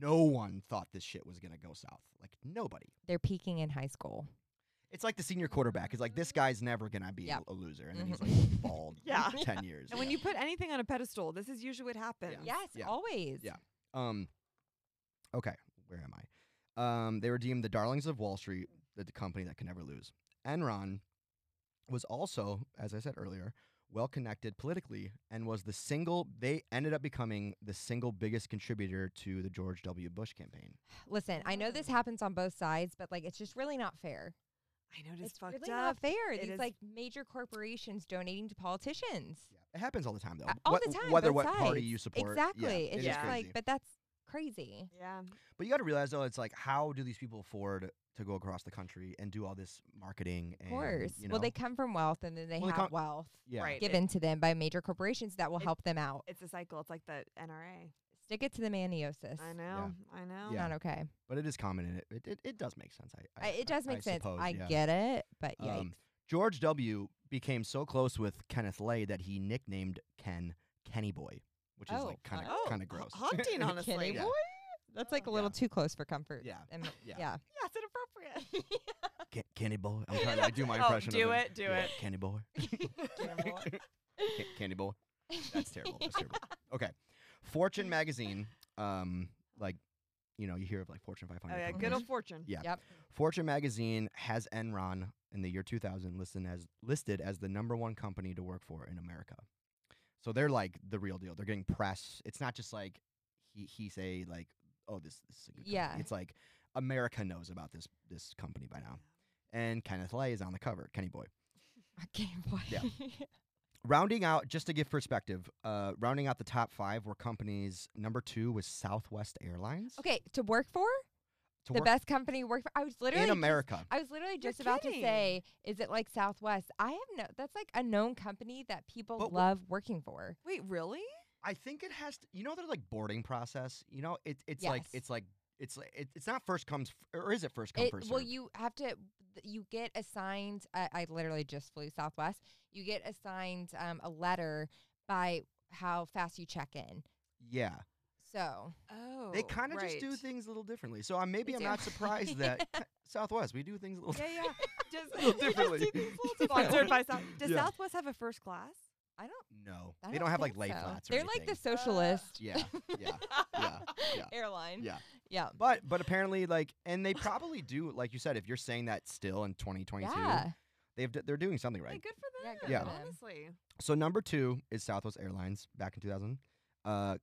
Speaker 3: no one thought this shit was gonna go south. Like nobody.
Speaker 1: They're peaking in high school.
Speaker 3: It's like the senior quarterback. It's like this guy's never gonna be
Speaker 1: Yep.
Speaker 3: a loser, and then he's like bald.
Speaker 4: Yeah.
Speaker 3: for ten years.
Speaker 2: And when you put anything on a pedestal, this is usually what happens.
Speaker 1: Yes,
Speaker 3: Yeah.
Speaker 1: always.
Speaker 3: Yeah. Um, okay, where am I? Um, they were deemed the darlings of Wall Street, the, the company that can never lose. Enron was also, as I said earlier, well connected politically and was the single, they ended up becoming the single biggest contributor to the George W. Bush campaign.
Speaker 1: Listen, I know this happens on both sides, but like it's just really not fair.
Speaker 2: I know it is
Speaker 1: it's
Speaker 2: fucked
Speaker 1: really
Speaker 2: up.
Speaker 1: not fair.
Speaker 2: It
Speaker 1: These
Speaker 2: is-
Speaker 1: like major corporations donating to politicians
Speaker 3: It happens all the time, though.
Speaker 1: Uh, all
Speaker 3: What-
Speaker 1: the time.
Speaker 3: Whether
Speaker 1: both
Speaker 3: what party
Speaker 1: sides.
Speaker 3: you support.
Speaker 1: Exactly.
Speaker 3: Yeah,
Speaker 1: it's
Speaker 3: it is
Speaker 1: just
Speaker 3: crazy.
Speaker 1: like, but that's crazy.
Speaker 2: Yeah.
Speaker 3: But you got to realize though, it's like how do these people afford to go across the country and do all this marketing?
Speaker 1: Of
Speaker 3: and,
Speaker 1: course.
Speaker 3: you
Speaker 1: Well,
Speaker 3: know-
Speaker 1: they come from wealth, and then they
Speaker 3: Well, they
Speaker 1: have
Speaker 3: come-
Speaker 1: wealth
Speaker 3: yeah.
Speaker 4: Right.
Speaker 1: given to them by major corporations that will
Speaker 2: It-
Speaker 1: help them out.
Speaker 2: It's a cycle. It's like the NRA.
Speaker 1: Stick it to the maniosis.
Speaker 2: I know. I know.
Speaker 3: Yeah.
Speaker 1: Not okay.
Speaker 3: But it is common, and it it, it, it does make sense. I,
Speaker 1: I,
Speaker 3: I
Speaker 1: it does
Speaker 3: I-
Speaker 1: make
Speaker 3: I
Speaker 1: sense.
Speaker 3: suppose,
Speaker 1: I
Speaker 3: yeah.
Speaker 1: get it, but yikes.
Speaker 3: Um, George W. became so close with Kenneth Lay that he nicknamed Ken Kenny Boy, which is
Speaker 1: Oh,
Speaker 3: like kind of
Speaker 4: oh,
Speaker 3: kind of
Speaker 4: h-
Speaker 3: gross.
Speaker 4: haunting, honestly.
Speaker 1: Kenny
Speaker 3: yeah.
Speaker 1: boy? That's like a
Speaker 4: Yeah.
Speaker 1: little too close for comfort.
Speaker 3: Yeah.
Speaker 1: And-
Speaker 3: Yeah.
Speaker 1: yeah.
Speaker 4: Yeah, it's inappropriate.
Speaker 3: Ke- Kenny Boy. I'm trying to like, do my
Speaker 4: Oh,
Speaker 3: impression.
Speaker 4: do
Speaker 3: of him.
Speaker 4: it, do
Speaker 3: Yeah,
Speaker 4: it.
Speaker 3: Kenny Boy. Ca- Candy Boy. That's terrible. That's terrible. Okay. Fortune magazine. Um, like, you know, you hear of like Fortune 500.
Speaker 2: Oh yeah.
Speaker 3: companies.
Speaker 2: Good old fortune.
Speaker 3: Yeah.
Speaker 1: Yep.
Speaker 3: Fortune magazine has Enron in the year 2000 listed as listed as the number one company to work for in America. So they're like the real deal. They're getting press. It's not just like he he say like, oh this this is a good company."
Speaker 1: Yeah.
Speaker 3: It's like America knows about this this company by now. And Kenneth Lay is on the cover. Kenny Boy.
Speaker 1: Kenny boy.
Speaker 3: Yeah. Rounding out, just to give perspective, uh, rounding out the top five were companies. Number two was Southwest Airlines.
Speaker 1: okay, to work for?
Speaker 3: To
Speaker 1: the
Speaker 3: work
Speaker 1: best company to work for? I was literally
Speaker 3: in
Speaker 1: just-
Speaker 3: America.
Speaker 1: I was literally
Speaker 2: You're
Speaker 1: just about
Speaker 2: kidding.
Speaker 1: to say, is it like Southwest? I have no. That's like a known company that people
Speaker 3: But wh-
Speaker 1: love working for.
Speaker 2: Wait, really?
Speaker 3: I think it has to. You know, their like boarding process. You know, it, it's like
Speaker 1: Yes.
Speaker 3: it's like it's like it, it's not first comes f- or is it first come
Speaker 1: It,
Speaker 3: first?
Speaker 1: well,
Speaker 3: served?
Speaker 1: you have to. You get assigned. I, I literally just flew Southwest. You get assigned um, a letter by how fast you check in.
Speaker 3: yeah,
Speaker 1: So
Speaker 2: Oh.
Speaker 3: they kind of just do
Speaker 2: right.
Speaker 3: things a little differently. So I maybe
Speaker 1: They
Speaker 3: I'm
Speaker 1: do.
Speaker 3: not surprised that Ca- Southwest we do things a little.
Speaker 2: Yeah, yeah. Does,
Speaker 3: A
Speaker 2: they just
Speaker 3: little differently.
Speaker 2: do these little
Speaker 3: Differently.
Speaker 2: sponsored by South. Does
Speaker 3: Yeah.
Speaker 2: Southwest have a first class?
Speaker 1: I don't.
Speaker 3: No,
Speaker 1: I
Speaker 3: they don't have like
Speaker 1: think
Speaker 3: lay
Speaker 1: so.
Speaker 3: flats. Or
Speaker 1: They're
Speaker 3: anything.
Speaker 1: like the socialist.
Speaker 3: Yeah, yeah, yeah, yeah.
Speaker 1: Airline.
Speaker 3: yeah.
Speaker 1: Yeah.
Speaker 3: But but apparently like, and they probably do like you said. If you're saying that still in 2022,
Speaker 1: Yeah.
Speaker 3: they've d- they're doing something right.
Speaker 2: Hey, good for
Speaker 1: Yeah,
Speaker 2: them.
Speaker 1: good
Speaker 3: Yeah.
Speaker 1: for them.
Speaker 2: Honestly.
Speaker 3: So number two is Southwest Airlines back in 2000. Uh,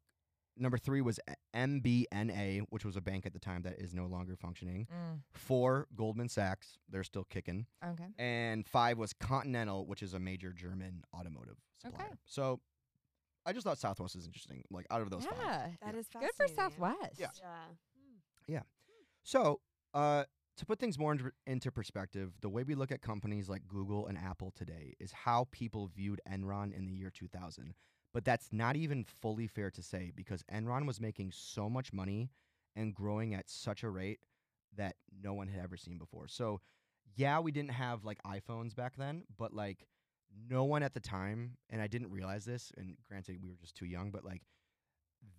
Speaker 3: number three was A- MBNA, which was a bank at the time that is no longer functioning.
Speaker 1: Mm,
Speaker 3: Four, Goldman Sachs. They're still kicking.
Speaker 1: okay.
Speaker 3: And five was Continental, which is a major German automotive supplier.
Speaker 1: Okay.
Speaker 3: So I just thought Southwest is interesting. Like out of those five.
Speaker 1: Yeah.
Speaker 2: that
Speaker 3: Yeah.
Speaker 2: is
Speaker 1: Good for
Speaker 2: fascinating.
Speaker 1: Southwest.
Speaker 3: Yeah.
Speaker 2: Yeah. Hmm.
Speaker 3: So, uh, to put things more into- into perspective, the way we look at companies like Google and Apple today is how people viewed Enron in the year 2000. But that's not even fully fair to say because Enron was making so much money and growing at such a rate that no one had ever seen before. So, yeah, we didn't have like iPhones back then, but like no one at the time, and I didn't realize this, and granted, we were just too young, but like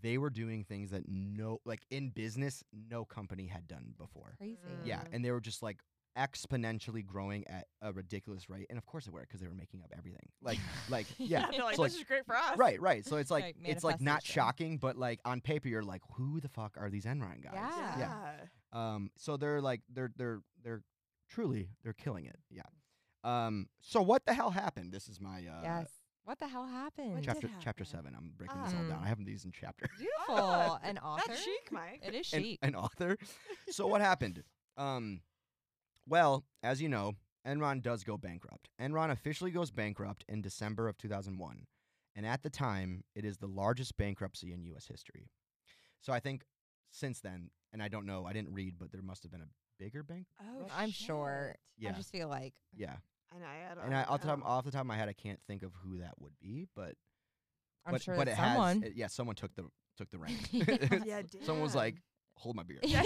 Speaker 3: they were doing things that no like in business no company had done before
Speaker 1: Crazy.
Speaker 3: yeah
Speaker 2: Mm.
Speaker 3: and they were just like exponentially growing at a ridiculous rate and of course they were because they were making up everything like like yeah
Speaker 4: They're like,
Speaker 3: So,
Speaker 4: this is great for us.
Speaker 3: right right so it's like,
Speaker 1: Like
Speaker 3: it's like not
Speaker 1: manifestation.
Speaker 3: shocking but like on paper you're like who the fuck are these enron guys
Speaker 1: Yeah.
Speaker 2: Yeah.
Speaker 3: um so they're like they're they're they're truly they're killing it yeah um so what the hell happened this is my uh
Speaker 1: Yes. What the hell happened?
Speaker 3: chapter
Speaker 2: did
Speaker 3: chapter
Speaker 2: happen?
Speaker 3: seven i'm breaking this all
Speaker 1: Ah.
Speaker 3: down i haven't these in chapter
Speaker 1: Beautiful.
Speaker 4: Ah,
Speaker 1: An author.
Speaker 4: That's chic, Mike.
Speaker 1: It is
Speaker 3: an,
Speaker 1: chic.
Speaker 3: an author. So what happened? Um, well, as you know, Enron does go bankrupt. Enron officially goes bankrupt in December of 2001, and at the time, it is the largest bankruptcy in U.S. history. So I think since then, and I don't know, I didn't read, but there must have been a bigger bank.
Speaker 2: Oh,
Speaker 1: I'm
Speaker 2: shit.
Speaker 1: sure. I
Speaker 3: Yeah.
Speaker 1: just feel like
Speaker 3: Yeah,
Speaker 4: And I, I don't
Speaker 3: and I, off, the top,
Speaker 4: know.
Speaker 2: oh.
Speaker 3: off the top of my head, I can't think of who that would be, but
Speaker 1: I'm
Speaker 3: but,
Speaker 1: sure
Speaker 3: but
Speaker 1: that
Speaker 3: it
Speaker 1: someone.
Speaker 3: has, it- yeah, someone took the took the reins.
Speaker 1: Yeah.
Speaker 4: Yeah,
Speaker 3: someone was
Speaker 4: damn.
Speaker 3: like, "Hold my beer,
Speaker 1: Yeah,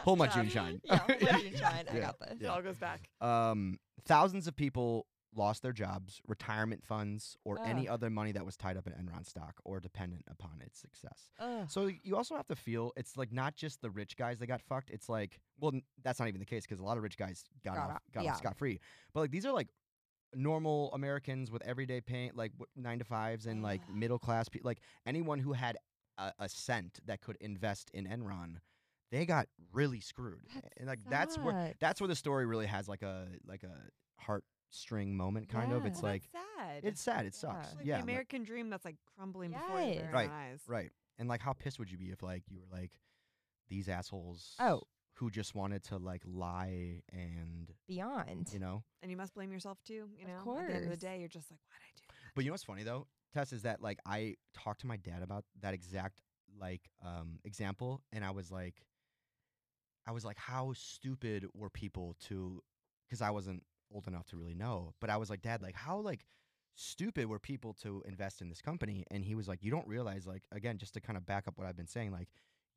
Speaker 3: hold my
Speaker 4: Yeah.
Speaker 3: June shine."
Speaker 1: yeah, hold my
Speaker 4: Yeah.
Speaker 1: June shine. I
Speaker 3: Yeah.
Speaker 1: got this.
Speaker 4: It all goes back.
Speaker 3: Um, thousands of people lost their jobs, retirement funds, or
Speaker 2: Ugh.
Speaker 3: any other money that was tied up in Enron stock or dependent upon its success.
Speaker 2: Ugh.
Speaker 3: So you also have to feel it's like not just the rich guys that got fucked. It's like well, n- that's not even the case because a lot of rich guys got,
Speaker 1: Got
Speaker 3: off,
Speaker 1: off-
Speaker 3: got
Speaker 1: yeah.
Speaker 3: off scot free. But like these are like normal Americans with everyday pay, like w- nine to fives and like
Speaker 2: Ugh.
Speaker 3: middle class people, like anyone who had a, a cent that could invest in Enron, they got really screwed.
Speaker 1: That
Speaker 3: and like that's where
Speaker 1: sucks.
Speaker 3: that's where the story really has like a like a heartstring moment kind of.
Speaker 1: Yeah.
Speaker 3: It's
Speaker 2: Well,
Speaker 3: like
Speaker 2: that's sad.
Speaker 3: it's sad. It
Speaker 1: Yeah.
Speaker 3: sucks.
Speaker 2: It's like
Speaker 3: Yeah.
Speaker 2: the
Speaker 3: like-
Speaker 2: American dream that's like crumbling before your
Speaker 1: Yes.
Speaker 2: very
Speaker 3: Right,
Speaker 2: own eyes.
Speaker 3: Right. And like how pissed would you be if like you were like these assholes
Speaker 1: Oh.
Speaker 3: who just wanted to like lie and
Speaker 1: Beyond.
Speaker 3: you know.
Speaker 2: And you must blame yourself too. You
Speaker 1: Of
Speaker 2: know, at the end of the
Speaker 1: course.
Speaker 2: day, you're just like, why did I do? that?"
Speaker 3: But you know what's funny though? Tess is that like I talked to my dad about that exact like um example and I was like I was like how stupid were people to cuz I wasn't old enough to really know, but I was like dad like how like stupid were people to invest in this company and he was like you don't realize like again just to kind of back up what I've been saying like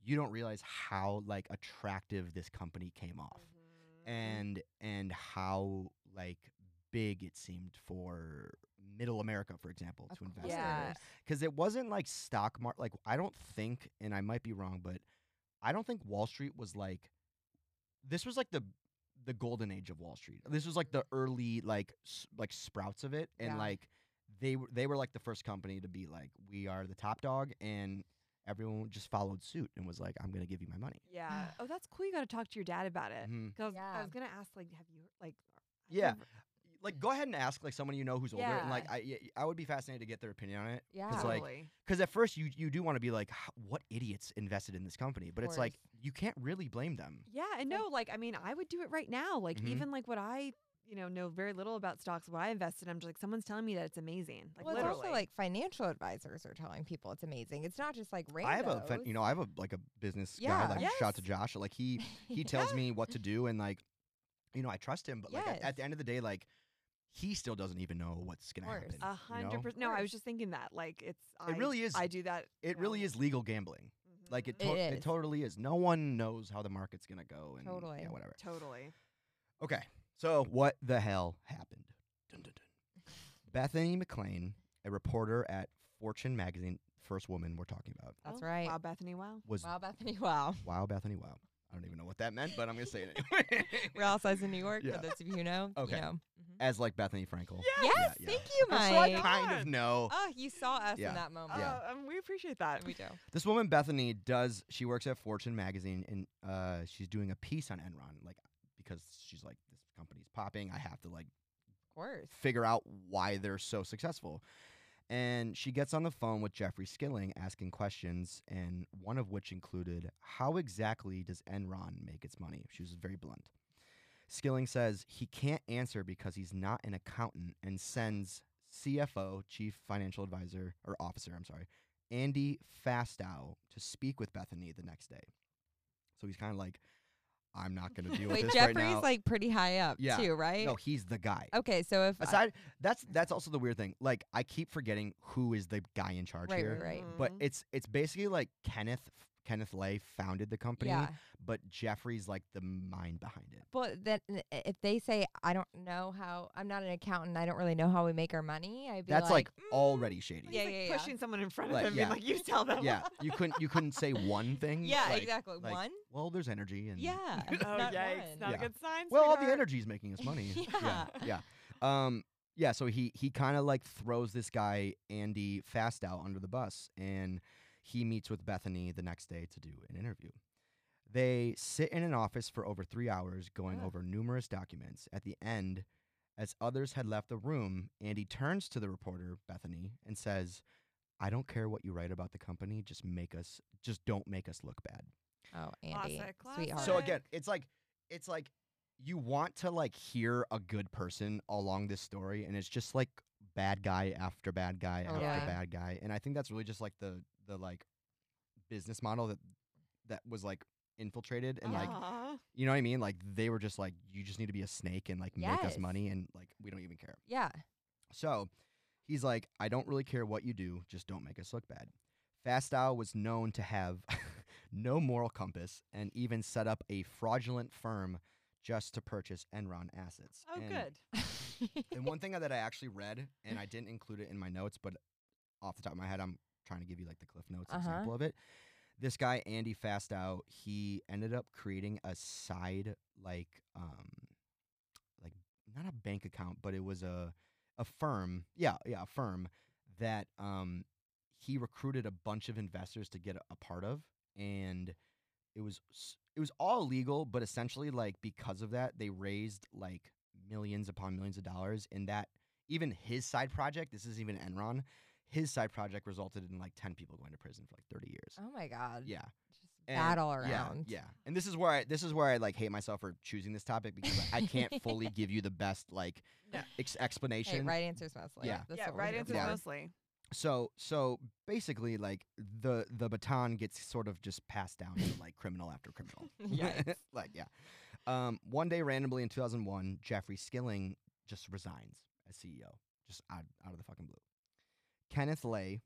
Speaker 3: you don't realize how like attractive this company came off
Speaker 1: Mm-hmm.
Speaker 3: and and how like big it seemed for middle america for example
Speaker 1: Of
Speaker 3: to invest
Speaker 1: course.
Speaker 2: Yeah.
Speaker 3: because it wasn't like stock market like i don't think and i might be wrong but i don't think wall street was like this was like the the golden age of wall street this was like the early like s- like sprouts of it and
Speaker 1: Yeah.
Speaker 3: like they were they were like the first company to be like we are the top dog and everyone just followed suit and was like i'm gonna give you my money
Speaker 2: Yeah. Oh, that's cool. You got to talk to your dad about it.
Speaker 3: Mhm.
Speaker 2: Because
Speaker 1: Yeah.
Speaker 2: I was gonna ask, like, have you like? have you
Speaker 3: Yeah.
Speaker 2: ever-
Speaker 3: like go ahead and ask like someone you know who's older and like
Speaker 2: Yeah.
Speaker 3: I, y- I would be fascinated to get their opinion on it
Speaker 1: Yeah.
Speaker 3: It's like-
Speaker 2: Totally.
Speaker 3: because at first you you do want to be like "H- what idiots invested in this company but it's like you can't really blame them
Speaker 2: yeah, and
Speaker 1: like-
Speaker 2: no, like, I mean, I would do it right now. Like,
Speaker 3: Mhm.
Speaker 2: even like what I, you know, know very little about stocks. What I invest in, I'm just like, someone's telling me that it's amazing. Like,
Speaker 1: well, it's
Speaker 2: literally.
Speaker 1: also like financial advisors are telling people it's amazing. It's not just like random.
Speaker 3: I have a fen- you know I have a like a business
Speaker 1: Yeah.
Speaker 3: guy like shout out to
Speaker 2: Yes.
Speaker 3: Josh like he he tells me what to do and like you know I trust him but like at, at the
Speaker 1: Yes.
Speaker 3: end of the day like he still doesn't even know what's gonna
Speaker 1: Course.
Speaker 3: happen
Speaker 2: a
Speaker 3: you know?
Speaker 2: hundred percent. No, I was just thinking that. Like, it's. I,
Speaker 3: really is-
Speaker 2: I do that. Mm-hmm.
Speaker 3: it really is legal gambling like it
Speaker 1: It
Speaker 3: to- it,
Speaker 1: is.
Speaker 3: totally is no one knows how the market's gonna go and
Speaker 1: Totally.
Speaker 3: yeah whatever
Speaker 2: Totally.
Speaker 3: Okay. So what the hell happened? Dun, dun, dun. Bethany McLean, a reporter at Fortune magazine, first woman we're talking about,
Speaker 1: That's
Speaker 2: Oh,
Speaker 1: right.
Speaker 2: Wow, Bethany. Wow.
Speaker 3: was wow,
Speaker 1: Wow, Bethany. Wow.
Speaker 3: Bethany Wow. I don't even know what that meant, but I'm gonna say it anyway.
Speaker 1: We're all size in New York.
Speaker 3: Yeah.
Speaker 1: For those of you who know. you
Speaker 3: Okay.
Speaker 1: know.
Speaker 3: As like Bethany Frankel.
Speaker 1: Yes.
Speaker 3: yeah. Uh,
Speaker 1: Thank you,
Speaker 3: So I
Speaker 1: Mike.
Speaker 3: kind of know.
Speaker 1: Oh, you saw us
Speaker 3: Yeah.
Speaker 1: in that moment.
Speaker 3: Yeah.
Speaker 2: Uh, um, we appreciate that.
Speaker 1: We do.
Speaker 3: This woman Bethany does she works at Fortune magazine and uh, she's doing a piece on Enron, like because she's like, this company's popping, I have to like
Speaker 1: Of course.
Speaker 3: figure out why they're so successful. And she gets on the phone with Jeffrey Skilling asking questions, and one of which included, How exactly does Enron make its money? She was very blunt. Skilling says he can't answer because he's not an accountant and sends CFO, Chief Financial Advisor, or Officer, I'm sorry, Andy Fastow to speak with Bethany the next day. So he's kind of like, I'm not going to deal with
Speaker 1: Wait,
Speaker 3: this
Speaker 1: Jeffrey's
Speaker 3: right now.
Speaker 1: like pretty high up
Speaker 3: Yeah.
Speaker 1: too, right?
Speaker 3: no, he's the guy.
Speaker 1: Okay, so if I-
Speaker 3: Aside, that's that's also the weird thing. Like, I keep forgetting who is the guy in charge
Speaker 1: Right,
Speaker 3: here.
Speaker 1: right, right. Mm-hmm.
Speaker 3: But
Speaker 2: Mhm.
Speaker 3: it's it's basically like Kenneth Kenneth Lay founded the company,
Speaker 1: yeah,
Speaker 3: but Jeffrey's like the mind behind it.
Speaker 1: but then i- if they say I don't know how I'm not an accountant, I don't really know how we make our money. I'd be
Speaker 3: That's like,
Speaker 1: "Mm,
Speaker 3: already shady.
Speaker 2: He's,
Speaker 1: Yeah,
Speaker 2: like,
Speaker 1: yeah, yeah.
Speaker 2: Pushing someone in front of
Speaker 3: Like,
Speaker 2: him,
Speaker 3: yeah.
Speaker 2: being like, you tell them.
Speaker 3: Yeah, you couldn't you couldn't say one thing.
Speaker 1: "Mm, yeah,
Speaker 3: like-
Speaker 1: exactly
Speaker 3: like,
Speaker 1: one.
Speaker 3: Well, there's energy and
Speaker 1: Yeah,
Speaker 2: oh,
Speaker 1: not
Speaker 2: yikes!
Speaker 1: one.
Speaker 2: Not
Speaker 3: Yeah.
Speaker 2: a good sign.
Speaker 3: Well, all the
Speaker 2: sweetheart.
Speaker 3: energy's making us money.
Speaker 1: Yeah.
Speaker 3: yeah, yeah. Um, yeah. So he he kind of like throws this guy Andy Fastow under the bus, and he meets with Bethany the next day to do an interview. They sit in an office for over three hours, going
Speaker 1: Ugh.
Speaker 3: over numerous documents. At the end, as others had left the room, Andy turns to the reporter Bethany and says, "I don't care what you write about the company. Just make us. Just don't make us look bad."
Speaker 1: Oh, Andy,
Speaker 2: Classic,
Speaker 1: sweetheart.
Speaker 3: So
Speaker 2: Alright.
Speaker 3: again, it's like it's like you want to like hear a good person along this story, and it's just like bad guy after bad guy after
Speaker 1: Totally.
Speaker 3: bad guy, and I think that's really just like the the like business model that that was like infiltrated and like
Speaker 2: Aw.
Speaker 3: you know what I mean? Like they were just like you just need to be a snake and like make
Speaker 1: Yes.
Speaker 3: us money, and like we don't even care.
Speaker 1: yeah,
Speaker 3: So he's like, I don't really care what you do, just don't make us look bad. Fastow was known to have no moral compass and even set up a fraudulent firm just to purchase Enron assets.
Speaker 2: oh,
Speaker 3: And
Speaker 2: good.
Speaker 3: and one thing that I actually read, and I didn't include it in my notes, but off the top of my head, I'm trying to give you like the Cliff Notes
Speaker 1: Uh-huh.
Speaker 3: example of it. This guy Andy Fastow, he ended up creating a side like um like not a bank account, but it was a a firm, yeah, yeah, a firm that um he recruited a bunch of investors to get a, a part of, and it was s- it was all illegal, but essentially like because of that, they raised like millions upon millions of dollars, and that even his side project, this is even Enron, his side project resulted in like ten people going to prison for like thirty years.
Speaker 1: Oh my god.
Speaker 3: Yeah,
Speaker 1: Just
Speaker 3: and-
Speaker 1: bad all
Speaker 3: yeah,
Speaker 1: around.
Speaker 3: Yeah, and this is where I this is where I like hate myself for choosing this topic because like, I can't fully give you the best like
Speaker 4: No.
Speaker 3: ex-
Speaker 1: Hey,
Speaker 3: explanation.
Speaker 1: right answers mostly.
Speaker 3: Yeah.
Speaker 1: That's
Speaker 4: yeah,
Speaker 1: what we're
Speaker 4: right
Speaker 1: here
Speaker 4: answer
Speaker 1: for.
Speaker 3: Yeah.
Speaker 4: mostly.
Speaker 3: So so basically, like the the baton gets sort of just passed down to like criminal after criminal.
Speaker 1: Yikes.
Speaker 3: like yeah. Um, one day, randomly in 2001, Jeffrey Skilling just resigns as CEO, just out, out of the fucking blue. Kenneth Lay,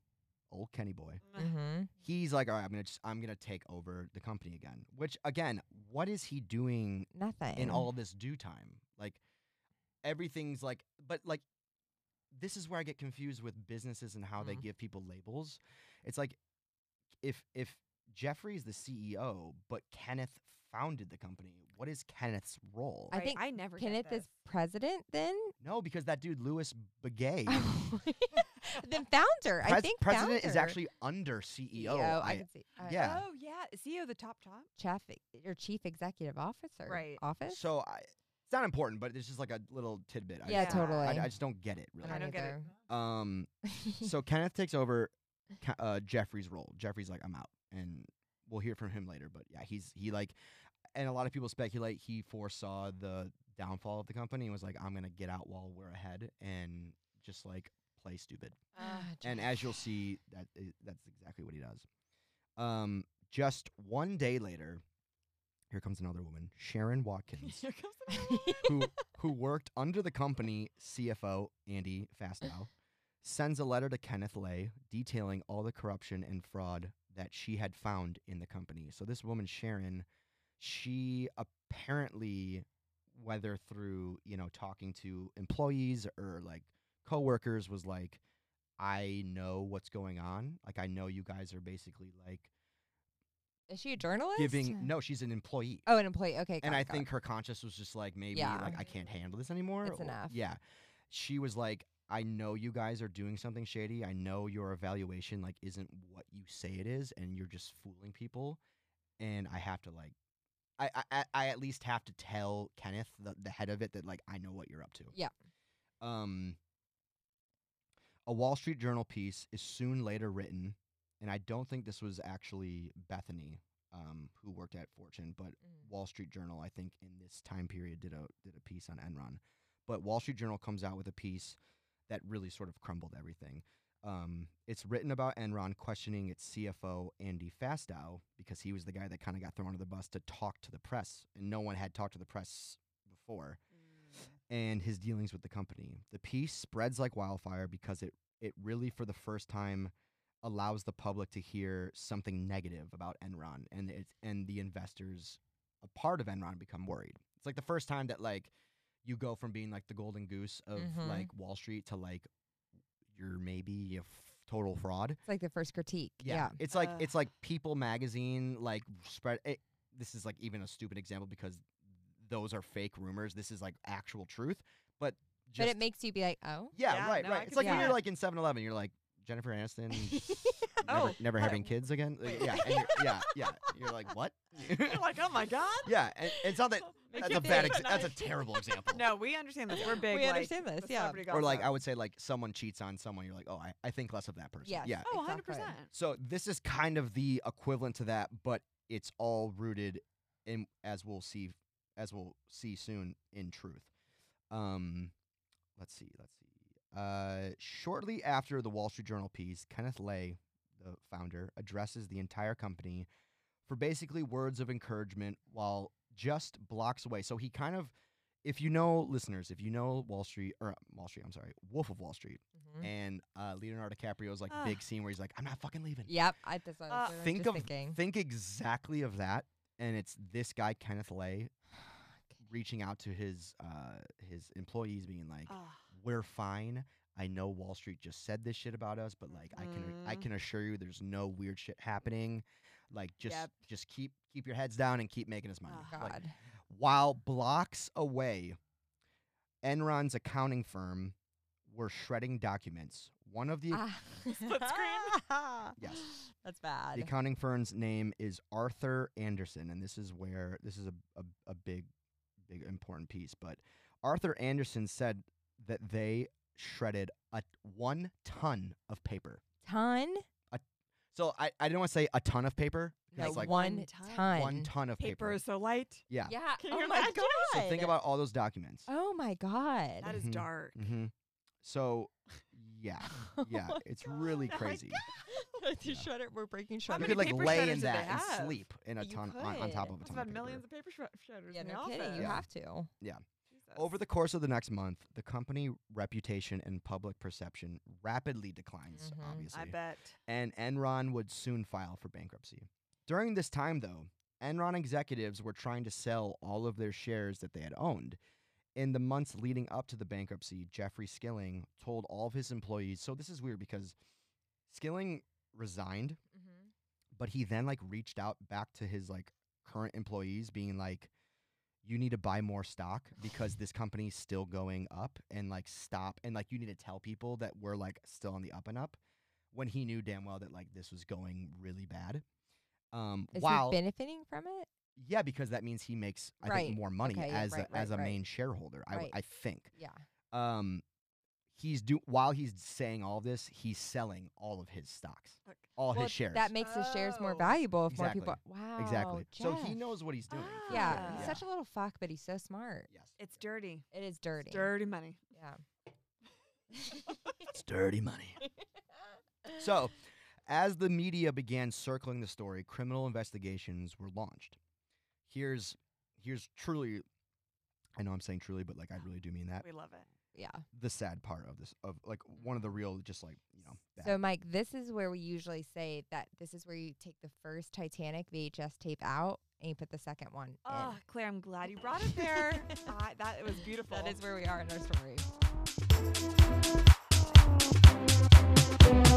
Speaker 3: old Kenny boy,
Speaker 1: Mhm.
Speaker 3: he's like, all right, I'm gonna just, I'm gonna take over the company again. Which again, what is he doing
Speaker 1: Mm-hmm, Nothing.
Speaker 3: in all this due time? Like everything's like, but like. This is where I get confused with businesses and how they
Speaker 1: Mhm.
Speaker 3: give people labels. It's like if if Jeffrey's the CEO, but Kenneth founded the company, what is Kenneth's role?
Speaker 1: I
Speaker 4: Right,
Speaker 1: think
Speaker 4: I never get
Speaker 1: Kenneth
Speaker 4: this.
Speaker 1: is president then?
Speaker 3: no, because that dude Louis Begay,
Speaker 1: then founder. I
Speaker 3: pres-
Speaker 1: think
Speaker 3: president is
Speaker 1: founder.
Speaker 3: actually under CEO.
Speaker 1: I,
Speaker 3: I-
Speaker 1: can see. Uh,
Speaker 3: yeah.
Speaker 4: Oh yeah, is CEO the top top?
Speaker 1: Chief, your chief executive officer.
Speaker 4: Right.
Speaker 1: Office.
Speaker 3: so I, it's not important, but it's just like a little tidbit. I
Speaker 1: Yeah,
Speaker 3: just don't-
Speaker 1: totally.
Speaker 3: I, I just don't get it really.
Speaker 1: I don't
Speaker 4: get
Speaker 1: either.
Speaker 4: it.
Speaker 3: Um, so Kenneth takes over Ke- uh, Jeffrey's role. Jeffrey's like, I'm out, and we'll hear from him later. But yeah, he's he like, and a lot of people speculate he foresaw the downfall of the company and was like, I'm gonna get out while we're ahead and just like play stupid.
Speaker 1: Ah,
Speaker 3: And
Speaker 1: Jeff.
Speaker 3: as you'll see, that i- that's exactly what he does. Um, just one day later, here comes another woman, Sharon Watkins,
Speaker 4: Here comes another one.
Speaker 3: who who worked under the company CFO Andy Fastow, sends a letter to Kenneth Lay detailing all the corruption and fraud that she had found in the company. So this woman, Sharon, she apparently, whether through you know talking to employees or like coworkers, was like. I know what's going on. Like I know you guys are basically like
Speaker 1: is she a journalist?
Speaker 3: giving no, she's an employee.
Speaker 1: Oh, an employee. Okay. got
Speaker 3: and
Speaker 1: it,
Speaker 3: I
Speaker 1: got it.
Speaker 3: think her conscience was just like maybe
Speaker 1: Yeah.
Speaker 3: like I can't handle this anymore.
Speaker 1: It's enough.
Speaker 3: Yeah. She was like I know you guys are doing something shady. I know your evaluation like isn't what you say it is and you're just fooling people and I have to like I I- I, I at least have to tell Kenneth the, the head of it that like I know what you're up to.
Speaker 1: Yeah.
Speaker 3: Um a Wall Street Journal piece is soon later written, and I don't think this was actually Bethany, um, who worked at Fortune, but
Speaker 1: Mm.
Speaker 3: Wall Street Journal, I think, in this time period did a did a piece on Enron. But Wall Street Journal comes out with a piece that really sort of crumbled everything. Um, it's written about Enron questioning its CFO Andy Fastow because he was the guy that kind of got thrown under the bus to talk to the press, and no one had talked to the press before.
Speaker 1: Mm-hmm.
Speaker 3: And his dealings with the company. The piece spreads like wildfire because it it really, for the first time, allows the public to hear something negative about Enron, and it's and the investors a part of Enron become worried. It's like the first time that like you go from being like the golden goose of
Speaker 1: Mhm.
Speaker 3: like Wall Street to like you're maybe a f- total fraud.
Speaker 1: it's like the first critique. Yeah.
Speaker 3: It's like
Speaker 4: Uh.
Speaker 3: it's like People magazine like spread it, this is like even a stupid example because those are fake rumors. This is like actual truth, but just
Speaker 1: but it makes you be like, oh.
Speaker 3: yeah,
Speaker 4: Yeah,
Speaker 3: right,
Speaker 4: no, I
Speaker 3: right.
Speaker 4: could
Speaker 3: It's like
Speaker 1: see
Speaker 3: when you're
Speaker 1: that.
Speaker 3: like in 7-Eleven, you're like Jennifer Aniston never,
Speaker 4: Oh,
Speaker 3: never
Speaker 4: hi.
Speaker 3: having kids again. Like,
Speaker 4: Wait.
Speaker 3: yeah, and you're, yeah, yeah. You're like what?
Speaker 4: You're like, oh my god.
Speaker 3: yeah, and, and it's not that
Speaker 4: Makes
Speaker 3: that's
Speaker 4: you
Speaker 3: a bad.
Speaker 4: think.
Speaker 3: Exa- that's a terrible example.
Speaker 4: No, we understand this. We're big.
Speaker 1: We
Speaker 4: like,
Speaker 1: understand this,
Speaker 4: the
Speaker 1: yeah.
Speaker 4: celebrity
Speaker 3: Or like I
Speaker 4: gossip. Oh,
Speaker 3: would say like someone cheats on someone. You're like, oh, I, I think less of that person.
Speaker 1: Yes.
Speaker 3: Yeah.
Speaker 4: Oh, 100
Speaker 1: Exactly.
Speaker 4: percent.
Speaker 3: So this is kind of the equivalent to that, but it's all rooted in, as we'll see, as we'll see soon, in truth. Um, let's see, let's see. Uh, shortly after the Wall Street Journal piece, Kenneth Lay, the founder, addresses the entire company for basically words of encouragement while just blocks away. So he kind of, if you know, listeners, if you know Wall Street or uh, Wall Street, I'm sorry, Wolf of Wall Street,
Speaker 1: Mhm.
Speaker 3: and uh, Leonardo DiCaprio's like
Speaker 4: Ah.
Speaker 3: big scene where he's like, "I'm not fucking leaving."
Speaker 1: Yep. I, that's what I
Speaker 4: Uh,
Speaker 1: was literally
Speaker 3: think
Speaker 1: just
Speaker 3: of
Speaker 1: thinking.
Speaker 3: think exactly of that, and it's this guy Kenneth Lay reaching out to his uh, his employees, being like,
Speaker 2: Ah,
Speaker 3: "We're fine. I know Wall Street just said this shit about us, but like I can I
Speaker 1: Mm-hmm.
Speaker 2: Mhm.
Speaker 3: can assure you, there's no weird shit happening. Like just
Speaker 2: Yep.
Speaker 3: just keep keep your heads down and keep making us money."
Speaker 2: Ah.
Speaker 3: Like,
Speaker 1: Oh, God.
Speaker 3: while blocks away, Enron's accounting firm were shredding documents. One of the
Speaker 1: Ah.
Speaker 4: Split screen?
Speaker 3: Yes.
Speaker 1: That's
Speaker 3: The
Speaker 1: bad.
Speaker 3: accounting firm's name is Arthur Anderson, and this is where this is a, a, a big, big important piece. But Arthur Anderson said that they shredded a one ton of paper.
Speaker 1: Ton?
Speaker 3: So I, I didn't want to say a ton of paper. 'cause
Speaker 2: No,
Speaker 3: it's like
Speaker 1: one
Speaker 2: one ton.
Speaker 1: ton.
Speaker 3: one ton of paper.
Speaker 4: Paper is so light.
Speaker 3: Yeah.
Speaker 1: Yeah.
Speaker 4: Can
Speaker 1: oh
Speaker 4: you
Speaker 1: my
Speaker 4: imagine?
Speaker 1: god.
Speaker 3: So think about all those documents.
Speaker 1: Oh my god.
Speaker 2: that is
Speaker 3: Mhm.
Speaker 2: dark.
Speaker 3: hmm So, yeah, yeah,
Speaker 1: Oh
Speaker 3: it's really
Speaker 4: my
Speaker 3: crazy.
Speaker 1: You
Speaker 3: Yeah.
Speaker 1: shred it. We're breaking
Speaker 2: How
Speaker 1: shredder.
Speaker 3: You
Speaker 2: many
Speaker 3: could like
Speaker 2: paper
Speaker 3: lay
Speaker 2: shredders do
Speaker 3: in
Speaker 2: they
Speaker 3: that and
Speaker 2: have?
Speaker 3: sleep in a
Speaker 1: You
Speaker 3: ton on, on
Speaker 1: could.
Speaker 3: top of a
Speaker 4: That's
Speaker 3: ton of
Speaker 4: about
Speaker 3: paper.
Speaker 4: millions of paper shred- shredders
Speaker 1: Yeah,
Speaker 4: in the
Speaker 1: no kidding.
Speaker 4: office.
Speaker 1: You
Speaker 3: Yeah.
Speaker 1: have to.
Speaker 4: Jesus.
Speaker 3: Over the course of the next month, the company reputation and public perception rapidly declines,
Speaker 1: Mhm. I
Speaker 3: obviously.
Speaker 4: I bet.
Speaker 3: and Enron would soon file for bankruptcy. During this time, though, Enron executives were trying to sell all of their shares that they had owned. In the months leading up to the bankruptcy, Jeffrey Skilling told all of his employees. So this is weird because Skilling resigned,
Speaker 4: Mm-hmm.
Speaker 3: but he then like reached out back to his like current employees, being like, "You need to buy more stock because this company's still going up, and like stop and like you need to tell people that we're like still on the up and up." When he knew damn well that like this was going really bad. Um,
Speaker 1: Is
Speaker 3: while
Speaker 1: he benefiting from it?
Speaker 3: yeah, because that means he makes I
Speaker 1: Right.
Speaker 3: think more money
Speaker 1: Okay, yeah,
Speaker 3: as
Speaker 1: right,
Speaker 3: a, as
Speaker 1: right,
Speaker 3: a
Speaker 1: right.
Speaker 3: main shareholder. I w-
Speaker 1: Right.
Speaker 3: I think.
Speaker 1: Yeah.
Speaker 3: Um, he's do while he's saying all this, he's selling all of his stocks,
Speaker 4: Okay.
Speaker 3: all
Speaker 1: well,
Speaker 3: his shares.
Speaker 1: That makes his shares more
Speaker 4: Oh.
Speaker 1: valuable if more people. Wow.
Speaker 3: exactly. So he
Speaker 1: Jeff.
Speaker 3: knows what he's doing. for
Speaker 1: Oh, Yeah.
Speaker 3: sure.
Speaker 4: Yeah.
Speaker 1: He's such a little fuck, but he's so smart.
Speaker 3: yes.
Speaker 4: It's dirty.
Speaker 1: It is dirty.
Speaker 4: Dirty money.
Speaker 1: Yeah.
Speaker 3: It's dirty money. so, as the media began circling the story, criminal investigations were launched. Here's here's truly I know I'm saying truly, but like I really do mean that.
Speaker 4: We love it.
Speaker 1: yeah.
Speaker 3: The sad part of this of like one of the real just like, you know, bad.
Speaker 1: So, Mike, this is where we usually say that this is where you take the first Titanic VHS tape out and you put the second one
Speaker 4: Oh,
Speaker 1: in.
Speaker 4: Claire, I'm glad you brought it there. I that it was beautiful.
Speaker 1: That is where we are in our story.